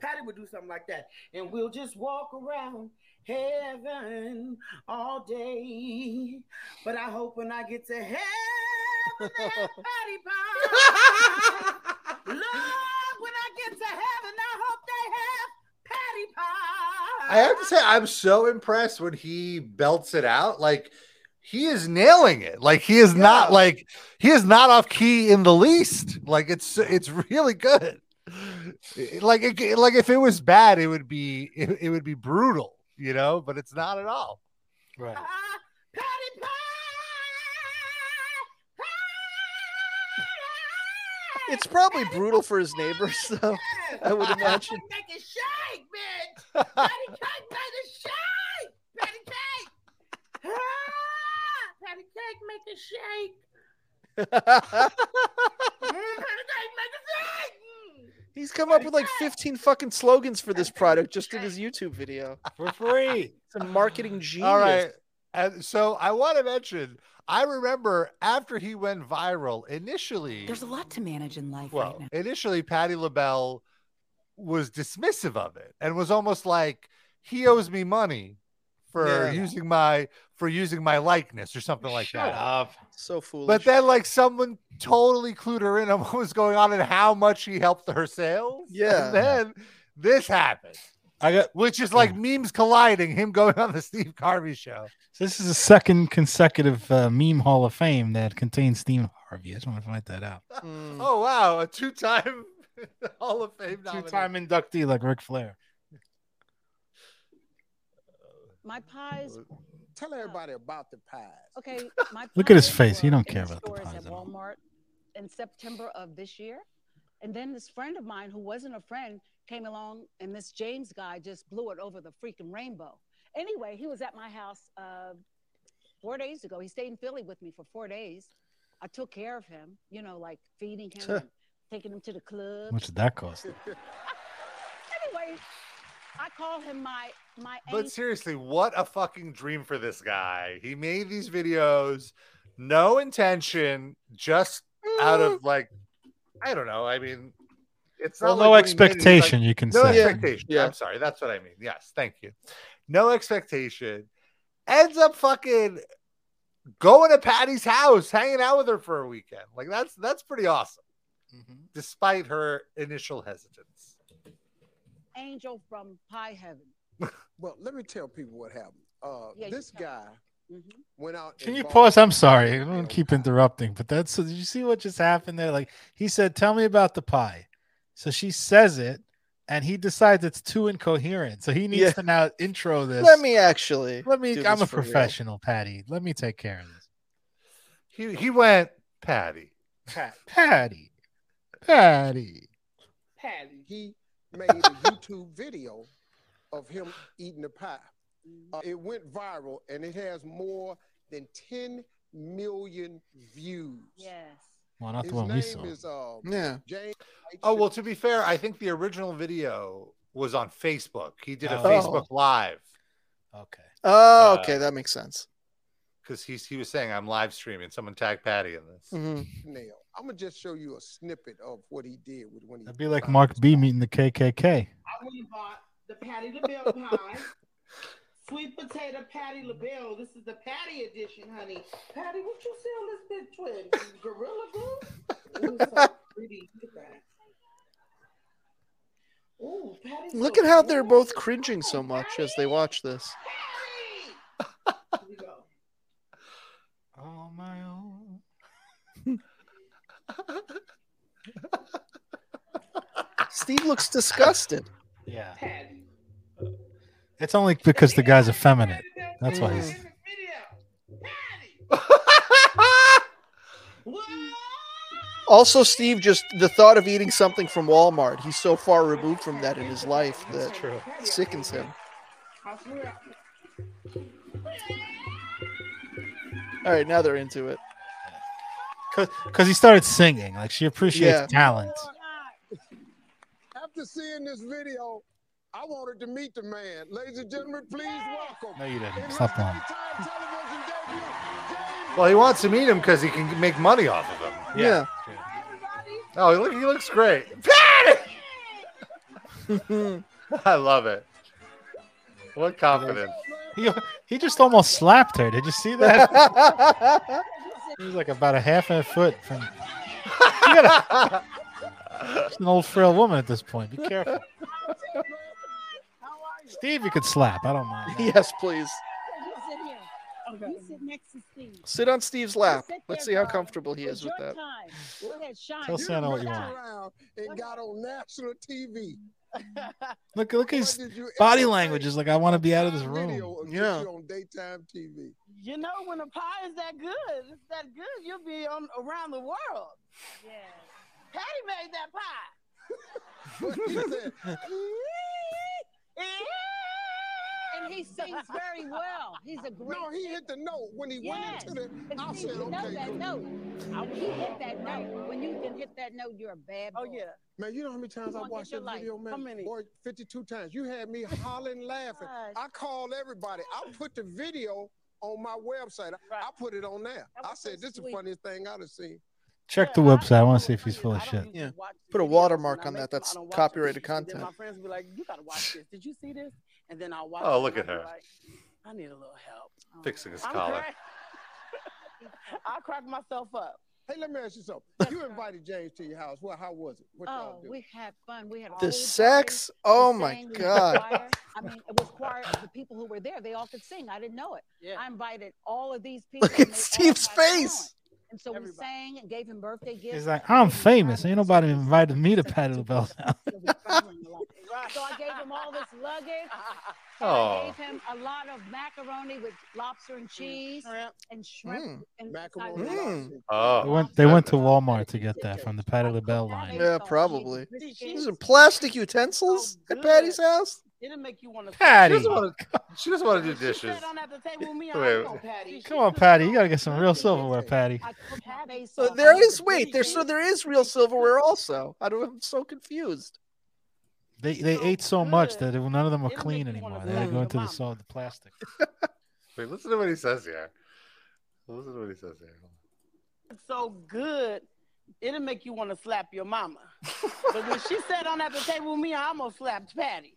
Patty would do something like that, and we'll just walk around heaven all day. But I hope when I get to heaven, that Patty pie. Lord, when I get to heaven, I hope they have Patty pie. I have to say, I'm so impressed when he belts it out. Like he is nailing it. Like he is not like he is not off key in the least. Like it's it's really good. It- Like it, like if it was bad, it would be it, it would be brutal, you know. But it's not at all. Right. It's probably brutal for his neighbors, though. I would imagine. Make it shake, man. Patty cake, make it shake. Patty cake. Ah, patty cake, make it shake. Mm, patty cake, make it shake. He's come up with like 15 fucking slogans for this product just in his YouTube video for free. It's a marketing genius. All right. And so I want to mention, I remember after he went viral, initially There's a lot to manage in life well, right now. initially Patty LaBelle was dismissive of it and was almost like he owes me money for Yeah. using my for using my likeness or something like Shut that. up. So foolish. But then like someone totally clued her in on what was going on and how much he helped her sales. Yeah. And then this happened. I got which is like memes colliding, him going on the Steve Harvey show. This is the second consecutive uh, meme Hall of Fame that contains Steve Harvey. I just want to point that out. Oh wow, a two-time Hall of Fame nominee. Mm. Two-time inductee like Ric Flair. My pies. Oh. Tell everybody about the pies. Okay, my Look at his pies face. He were don't in care about the stores pies at at all. Walmart in September of this year, and then this friend of mine who wasn't a friend came along, and this James guy just blew it over the freaking rainbow. Anyway, he was at my house uh, four days ago. He stayed in Philly with me for four days. I took care of him, you know, like feeding him, and taking him to the club. Much did that cost? Anyway, I call him my my. But angel. seriously, what a fucking dream for this guy. He made these videos, no intention, just out of like, I don't know. I mean, it's not Well, like no when he made it, it's like- expectation, you can no say. Yeah. expectation. I'm sorry, that's what I mean. Yes, thank you. No expectation. Ends up fucking going to Patty's house, hanging out with her for a weekend. Like that's that's pretty awesome, despite her initial hesitance. angel from high heaven. Well, let me tell people what happened. Uh, Yeah, you this tell guy Mm-hmm. went out. Can and you bought- pause? I'm sorry. I don't keep interrupting, but that's so did you see what just happened there? Like he said, Tell me about the pie. So she says it, and he decides it's too incoherent. So he needs Yeah. to now intro this. Let me actually. Let me. do I'm this a for real. professional, Patty. Let me take care of this. He he went Patty. Patty. Patty. Patty. He made a YouTube video of him eating a pie. Mm-hmm. Uh, it went viral and it has more than 10 million views. Yes. Well, not His the one we name saw. is um, Yeah. James. Oh well, to be fair, I think the original video was on Facebook. He did a Oh. Facebook Live Okay. Oh, Uh, okay. That makes sense. because he he was saying I'm live streaming. Someone tagged Patty in this. Mm-hmm. Nail. I'm gonna just show you a snippet of what he did with when he. That'd be like Mark B meeting the KKK. I went and bought the Patty LaBelle pie. Sweet potato Patty LaBelle. This is the Patty edition, honey. Patty, what you sell this bitch with? Gorilla glue? Ooh, so pretty. Look at that. Ooh, Patty's so Look at how they're both cringing so much as they watch this. Oh my own. Steve looks disgusted. Yeah. It's only because the guy's effeminate. That's why Mm. he's. Also, Steve, just the thought of eating something from Walmart, he's so far removed from that in his life that sickens him. I swear. All right, now they're into it. Because he started singing. Like she appreciates Yeah. talent. After seeing this video, I wanted to meet the man. Ladies and gentlemen, please welcome. No, you didn't. Stop lying. Well, he wants to meet him because he can make money off of him. Yeah. Oh, he look he looks great. Patty. I love it. What confidence. He, he just almost slapped her. Did you see that? he was like about a half a foot from. You gotta- She's an old frail woman at this point. Be careful. Steve, you could slap. I don't mind. Yes, please. You sit here. You sit sit next to Steve. Sit on Steve's lap. Sit Let's there, see how bro. comfortable he It is was with your that. time. You said shine. Tell You Santa what you shine. want. Around and got on national TV. Look, look at his Why did you body ever language is like, I want to be out of this video room. and put you on daytime TV? You know, when a pie is that good, it's that good, you'll be on around the world. Yeah. Patty made that pie. What he said, And he sings very well. He's a great. no, he hit the note when he Yes. went into the. I And see, said, you know okay, that cool. note. And He hit that note. When you can hit that note, you're a bad boy. Oh yeah. Man, you know how many times Come I on, watched get that video, your life. man? How many? Boy, 52 times. You had me hollering, laughing. I called everybody. I put the video on my website. I- I put it on there. I said, this is the funniest thing I've seen. Check the website. I want to see if he's full of shit. Yeah. Put a watermark on that. That's copyrighted Then content. my friends be like, "You gotta watch this. Did you see this?" And then I'll watch. Oh, it, look and at I'll be her. like, I need a little help. Oh, Fixing his I'm collar. crack- I crack myself up. Hey, let me ask you something. You invited James to your house. Well, how was it? What Oh, y'all do? we had fun. We had a pool The sex? party. We Oh, my sang, we had God. choir. I mean, it was choir. The people who were there, they all could sing. I didn't know it. I invited all of these people. Look and at they all Steve's had talent. face. And so we sang and gave him birthday gifts. He's like, I'm famous. Ain't nobody invited me to Patty LaBelle now. So I gave him all this luggage. And Oh. I gave him a lot of macaroni with lobster and cheese and Mm. shrimp Mm. and Macaroni besides that, Oh, They went, they went to Walmart to get that from the Patty LaBelle line. Yeah, probably. These are plastic utensils at Patty's house. It'll make you want to. Patty. She doesn't want to, she doesn't want to do dishes. Wait, Come on, Patty. You got to get some real silverware, Patty. So there is wait. There so there is real silverware also. I don't. I'm so confused. They, they ate so much that it- none of them are clean anymore. They had to go into the, salt, the plastic. wait, listen to what he says here. Listen to what he says here. It's so good, it'll make you want to slap your mama. but when she sat on at the table with me, I almost slapped Patty.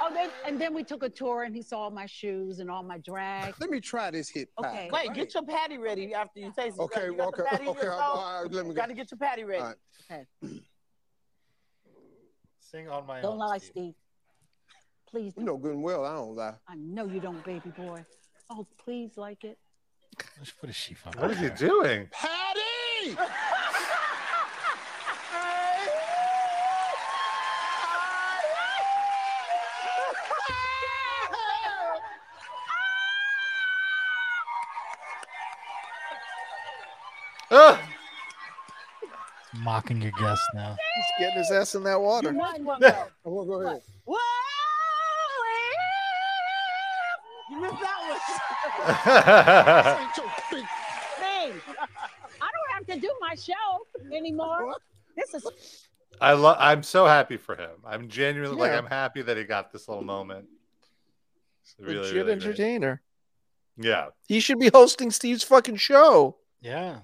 Oh, then, and then we took a tour and he saw all my shoes and all my drag. Let me try this hit pie. Okay. Wait, get your patty ready after you taste it. Okay, You got the okay, patty in okay, your I- mouth? all right, let me go. Gotta get your patty ready. All Okay. Sing on my Don't lie, Steve. Please. You know good and well I don't lie. I know you don't, baby boy. Oh, please like it. What is she fucking? What is he doing? Patty! Mocking your guests now. He's getting his ass in that water. I want to go ahead. You missed that one. Hey, I don't have to do my show anymore. This is I love. I'm so happy for him. I'm genuinely like Yeah. I'm happy that he got this little moment. It's Really, Legit really great. entertainer. Yeah. He should be hosting Steve's fucking show. Yeah.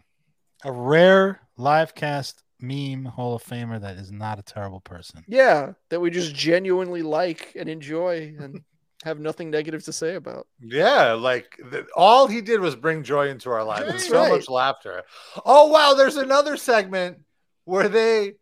A rare live cast meme Hall of Famer that is not a terrible person. Yeah, that we just genuinely like and enjoy and have nothing negative to say about. Yeah, like the, all he did was bring joy into our lives. That's There's so right. much laughter. Oh wow, there's another segment where they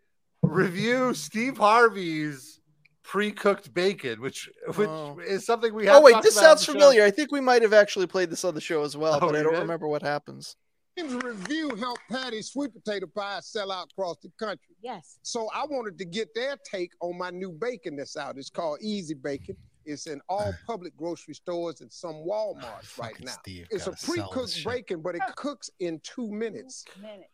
review Steve Harvey's pre-cooked bacon, which which Oh. is something we have. Oh wait, talked this about on sounds the show. familiar. I think we might have actually played this on the show as well, Oh, but I we don't did? remember what happens. His review helped Patty's sweet potato pie sell out across the country. Yes. So I wanted to get their take on my new bacon that's out. It's called Easy Bacon. It's in all public grocery stores and some Walmarts right now. Steve it's a gotta sell this pre-cooked shit. bacon, but it cooks in two minutes.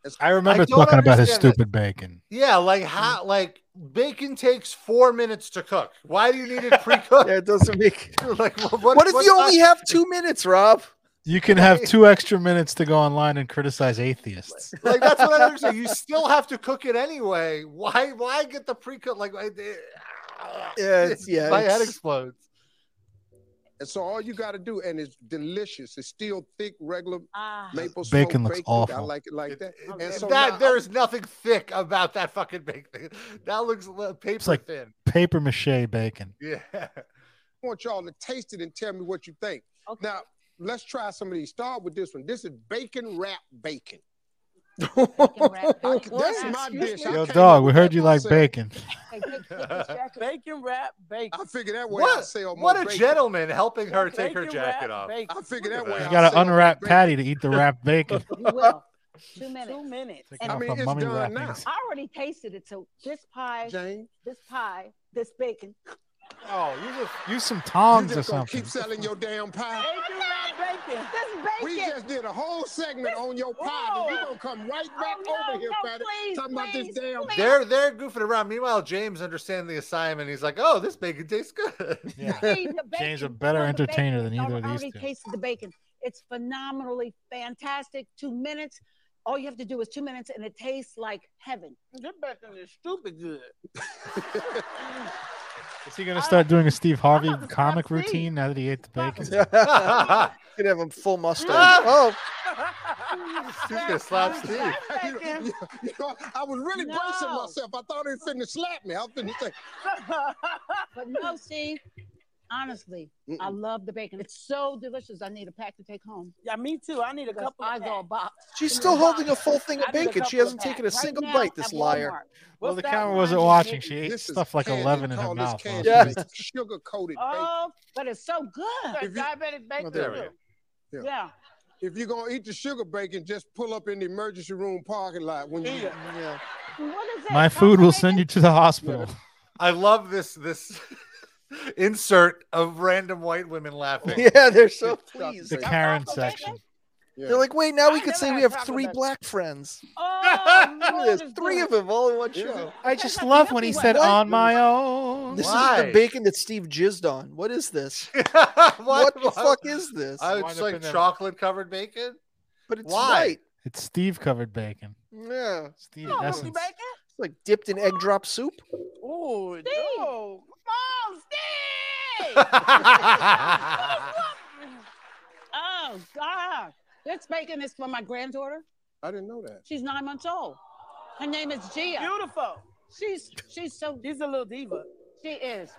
It's- I remember don't talking about his understand stupid bacon. Yeah, like how like bacon takes four minutes to cook. Why do you need it pre-cooked? yeah, it doesn't make. like what, What, if you only have two minutes, Rob? You can have two extra minutes to go online and criticize atheists. like that's what I don't understand. You still have to cook it anyway. Why? Why get the pre-cooked? Like, I, Yeah, it's- yeah, my head it's- explodes. And so all you got to do, and it's delicious. It's still thick, regular maple smoked Bacon looks I awful. like it like that. And so that now- there is nothing thick about that fucking bacon. That looks li- paper It's like thin. paper mache bacon. Yeah. I want y'all to taste it and tell me what you think. Now, let's try some of these. Start with this one. This is bacon wrap bacon. bacon wrap. That's my dish. I Yo, came dog, up we with heard that you like myself. bacon. Hey, take Bacon wrap, bacon. I figure that way. I'll What, sell more what a bacon. gentleman helping her take her Bacon jacket wrap, off. bacon. I figure that Look at way. You I'll got sell to more unwrap bacon. Patty to eat the wrapped bacon. You will. Two minutes. Two minutes. Taking I off mean, a it's mummy done wrap, now. niggas. I already tasted it. So this pie, this pie, this bacon. Oh, you just Use some you tongs just or gonna something. Keep selling your damn pie. bacon. We just did a whole segment on your pie, and you gonna come right back Oh, over here, Patty, talking about this damn. They're they're goofing around. Meanwhile, James understands the assignment. He's like, "Oh, this bacon tastes good." James a um, better entertainer than either of I these already two. tasted the bacon. It's phenomenally fantastic. Two minutes. All you have to do is two minutes, and it tastes like heaven. This bacon is stupid good. Is he gonna start doing a Steve Harvey comic routine now that he ate the bacon? could have him full mustache. oh, He's gonna slap Steve. You, you know, I was really bracing myself. I thought he was finna slap me. I was finna say, but no, Steve. Honestly, I love the bacon. It's so delicious. I need a pack to take home. Yeah, me too. I need a couple. I go a box. she's Give me still box. holding a full thing I of need a bacon. couple She hasn't of taken a packs. Right single now bite. This at liar. Walmart. Well, the that camera one wasn't you watching. did? She ate This is stuff like candy. eleven in Call her this mouth. candy. while she was- sugar coated Oh, but it's so good. If you- diabetic bacon. There we go. Yeah. bacon. If you're gonna eat the sugar bacon, just pull up in the emergency room parking lot when you. Yeah. What is My food will send you to the hospital. I love this this insert of random white women laughing. Yeah, they're so pleased. The Karen section. They're like, wait, now we could say we have three black friends. Oh, There's three of them all in one show. I just love when he said What? on my own. This is the bacon that Steve jizzed on. What is this? what, the fuck is this? I, it's like chocolate covered bacon. But it's Why? white. It's Steve covered bacon. Yeah. Steve Oh, Essence. really bacon? It's like dipped in egg drop soup. Oh, no. Come on, Steve. Oh God, this bacon is for my granddaughter. I didn't know that. She's nine months old. Her name is Gia. Beautiful. She's she's so. She's a little diva. She is.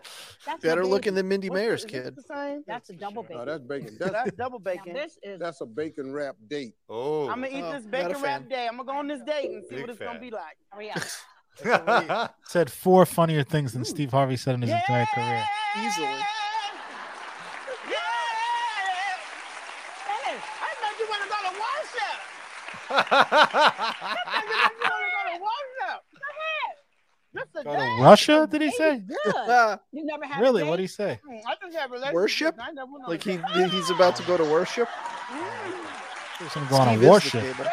That's my Better looking baby. than Mindy Mayer's is this kid. the same? That's a double bacon. No, that's bacon. That's That's double bacon. This is That's a bacon wrap date. Oh. I'm gonna eat this bacon wrap day. I'm gonna go on this date and see Big what it's gonna fan. be like. Hurry up. Said four funnier things than Steve Harvey said in his entire career. Easily. Hey, I thought you wanna go to worship. I thought you wanna go to worship. Go ahead. Just a Go to date. Russia? Did he say? Good. You never had a Really? date? What'd he say? Mm, I just had relationships. Worship? I never went on a Like date. he he's about to go to worship. He's gonna go on Steve a is warship. the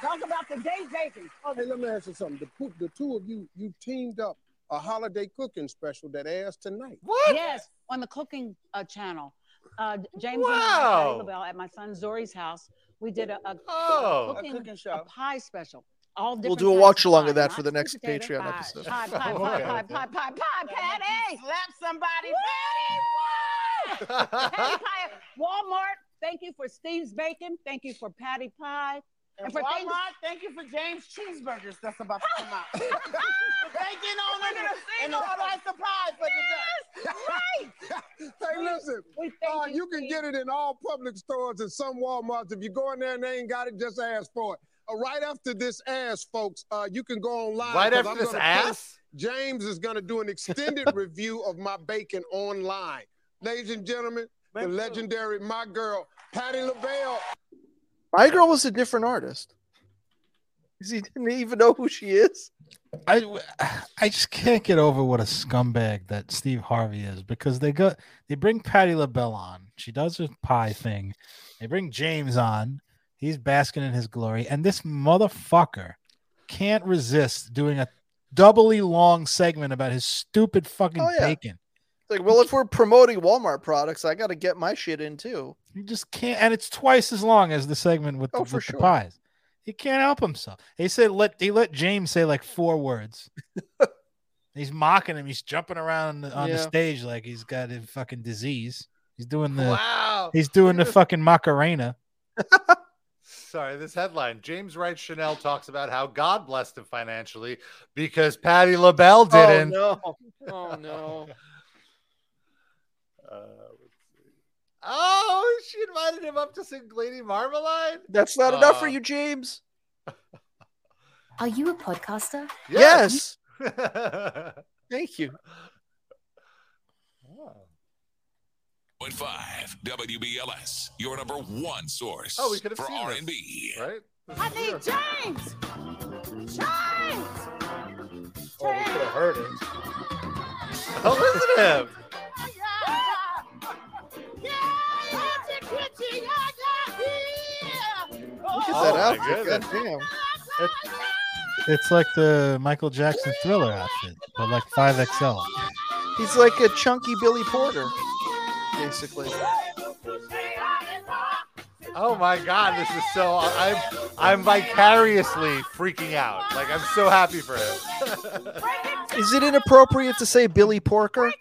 Talk about the day bacon. Oh, hey, let me ask you something. The, po- the two of you, you teamed up a holiday cooking special that airs tonight. Yes, on the cooking uh, channel. Uh, James and I, Wow. Patty LaBelle, at my son Zori's house, we did a, a, Oh. a, A cooking, show, a pie special. All We'll different do a kinds watch along of pie, that for the mashed next potato Patreon pie, episode. Pie, pie, Oh, pie, okay. pie, pie, pie, pie, Patty. Slap somebody, Patty. Woo! Patty pie at Walmart. Thank you for Steve's bacon. Thank you for Patty pie. And for Walmart, things- thank you for James Cheeseburgers that's about to come out. Bacon on it Ah! and a slice of pie for dessert. Right. hey, listen. uh, you can get it in all public stores and some Walmarts. If you go in there and they ain't got it, just ask for it. Uh, right after this ass, folks, uh, you can go online. Right 'cause after I'm this gonna ass? James is going to do an extended review of my bacon online. Ladies and gentlemen, the legendary my girl, Patty LaBelle. My girl was a different artist. 'Cause He didn't even know who she is. Oh, I I just can't get over what a scumbag that Steve Harvey is because they go they bring Patty LaBelle on. She does her pie thing. They bring James on. He's basking in his glory. And this motherfucker can't resist doing a doubly long segment about his stupid fucking Oh, yeah. bacon. It's like, well, if we're promoting Walmart products, I got to get my shit in too. You just can't and it's twice as long as the segment with, the, Oh, for with the sure. pies. He can't help himself. He said let he let James say like four words. he's mocking him. He's jumping around on the, on the Yeah. stage like he's got a fucking disease. He's doing the Wow. he's doing the Look at this- fucking Macarena. Sorry, this headline. James Wright Chanel talks about how God blessed him financially because Patty LaBelle didn't. Oh no! Oh no! Uh, let's see. oh, she invited him up to sing Lady Marmalade. That's not enough Uh, for you, James. Are you a podcaster? Yes. Thank you. Point five WBLS, your number one source Oh, we could have for seen this, R&B. right? I need James! James! Oh, we could have heard it. Oh, listen to him. Look at Oh, my that goodness. outfit, goddamn. It's like the Michael Jackson Thriller outfit, but like 5XL. He's like a chunky Billy Porter, basically. Oh my god, this is so I'm I'm vicariously freaking out. Like I'm so happy for him. Is it inappropriate to say Billy Porker?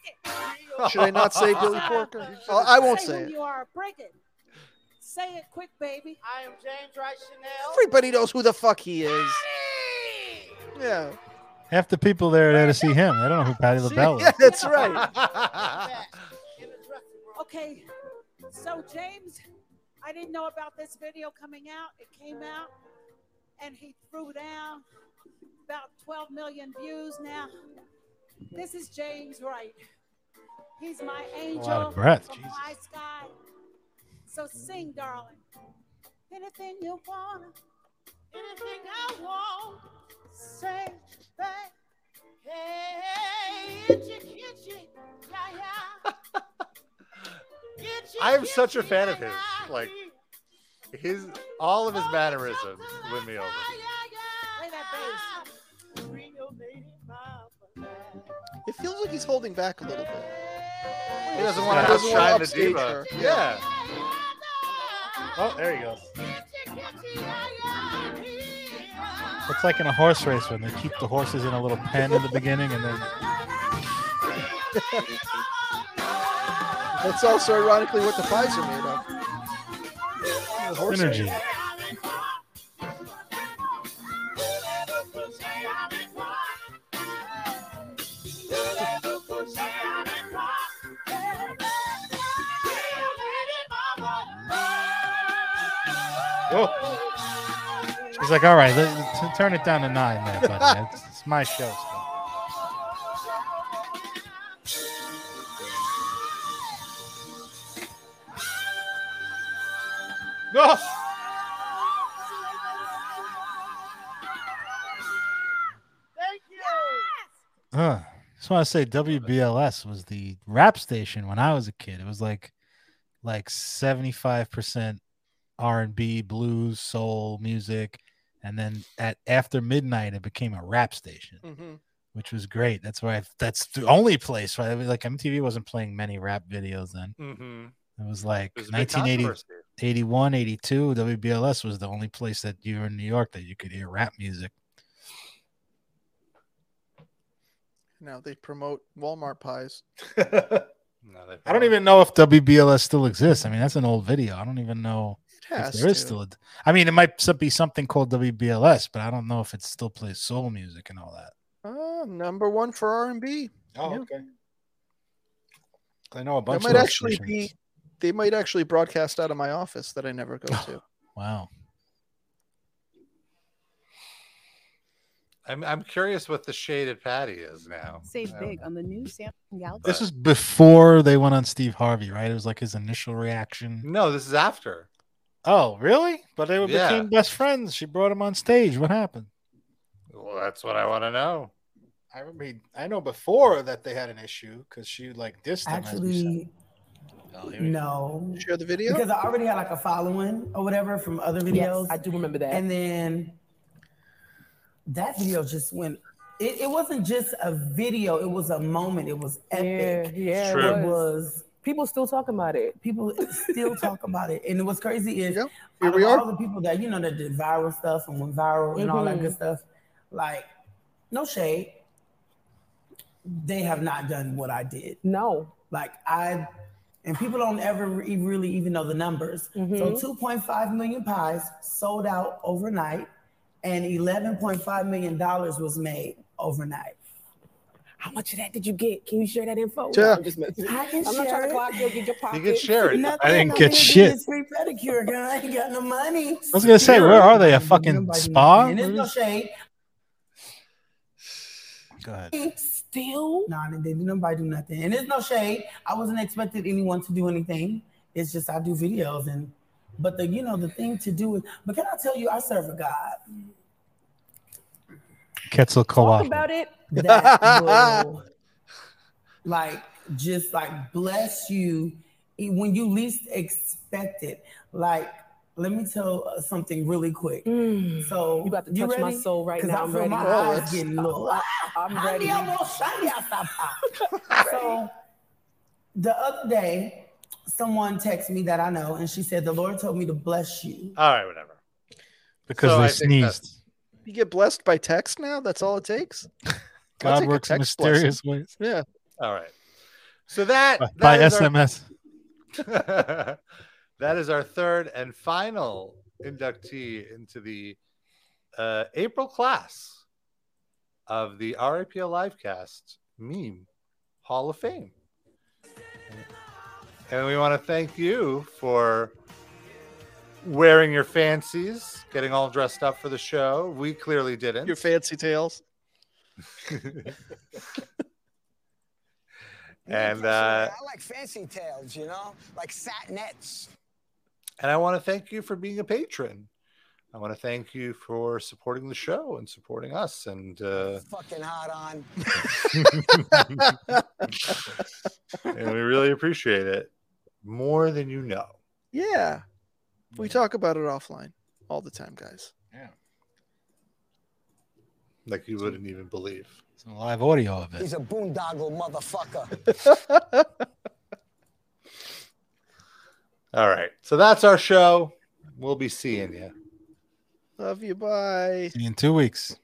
Should I not say Billy Porker? Oh, I won't say who it. You are break it. Say it quick, baby. I am James Wright Chanel. Everybody knows who the fuck he is. Yeah. Half the people there are there to see him. They don't know who Patty LaBelle is. Yeah, that's right. Okay, so James, I didn't know about this video coming out. It came out, and he threw down about 12 million views now. This is James Wright. He's my angel breath, from Jesus. my sky. So sing, darling. Anything you want, anything I want, say that. Hey, itchy, itchy, yeah, yeah. Itchy, I am such a fan of his. Like his all of his mannerisms win me over. Play that bass. It feels like he's holding back a little bit. He doesn't want to Doesn't wanna outshine the upstage diva. her. Yeah. Oh, there you go. It's like in a horse race when they keep the horses in a little pen in the beginning and then That's also ironically what the pies are made of. The horse synergy. race. She's like, all right, let, t- turn it down to nine there, buddy. It's, it's my show. so." No. Thank you. Huh. Just want to say WBLS was the rap station when I was a kid. It was like like 75% R&B, blues, soul music, and then at after midnight it became a rap station. Mm-hmm. Mhm. Which was great. That's why I, that's the only place. Right? I mean, like MTV wasn't playing many rap videos then. Mm-hmm. It was like There's a big 1980, controversy. 81, 82. WBLS was the only place that you were in New York that you could hear rap music. Now they promote Walmart pies. I don't even know if WBLS still exists. I mean, that's an old video. I don't even know if has there is to. still. A, I mean, it might so- be something called WBLS, but I don't know if it still plays soul music and all that. Oh, number one for R and B. Oh, okay. I know a That bunch might of actually be. They might actually broadcast out of my office that I never go to. Wow. I'm I'm curious what the shade at Patty is now. Save I don't big on the new Samsung Galaxy. This was before they went on Steve Harvey, right? It was like his initial reaction. No, this is after. Oh, really? But they were Yeah. became best friends. She brought him on stage. What happened? Well, that's what I want to know. I remember. I know before that they had an issue because she like dissed him, as we Actually, Oh, No. Share the video? Because I already had like a following or whatever from other videos. I do remember that. And then that video just went. It, it wasn't just a video, it was a moment. It was epic. Yeah, yeah, It's true. It it was. People still talk about it. People still talk about it. And what's crazy is Here out we of are. all the people that, you know, that did viral stuff and went viral and all that good Mhm. stuff, like, no shade, they have not done what I did. No. Like I, and people don't ever re- really even know the numbers. Mhm. So 2.5 million pies sold out overnight, and 11.5 million dollars was made overnight. How much of that did you get? Can you share that info? Yeah. I'm, just messing. I can I'm not share trying to it. clock you, get your pocket. can share it. Nothing, I didn't I'm get gonna do shit. this free pedicure, girl. I ain't got no money. I was gonna say, where are they? A fucking spa? And it's no What is- shade. Go ahead. Still? No, they didn't nobody do nothing. And it's no shade. I wasn't expecting anyone to do anything. It's just I do videos and but the you know the thing to do is but can I tell you I serve a God. Talk Quetzalcoatl. about it that will like just like bless you e- when you least expect it. Like, let me tell uh, something really quick. So you got Mm. to touch my soul right 'Cause now. I I'm feel ready. my Oh, eyes it's- getting low. I- I'm ready. so the other day, someone texted me that I know, and she said the Lord told me to bless you. All right, whatever. Because So they I think that's- sneezed. You get blessed by text now. That's all it takes. I'll God take a works in text mysterious blessing. ways. Yeah. All right. So that By- that by is our- SMS. that is our third and final inductee into the uh, April class of the RAPL Livecast Meme Hall of Fame. And we want to thank you for wearing your fancies, getting all dressed up for the show. We clearly didn't. Your fancy tails. and uh, I like fancy tails, you know, like satinets. And I want to thank you for being a patron. I want to thank you for supporting the show and supporting us. And uh, Fucking hot on. and we really appreciate it more than you know. Yeah. We talk about it offline all the time, guys. Like you wouldn't even believe. Some live audio of it. He's a boondoggle motherfucker. All right. So that's our show. We'll be seeing you. Love you. Bye. See you in two weeks.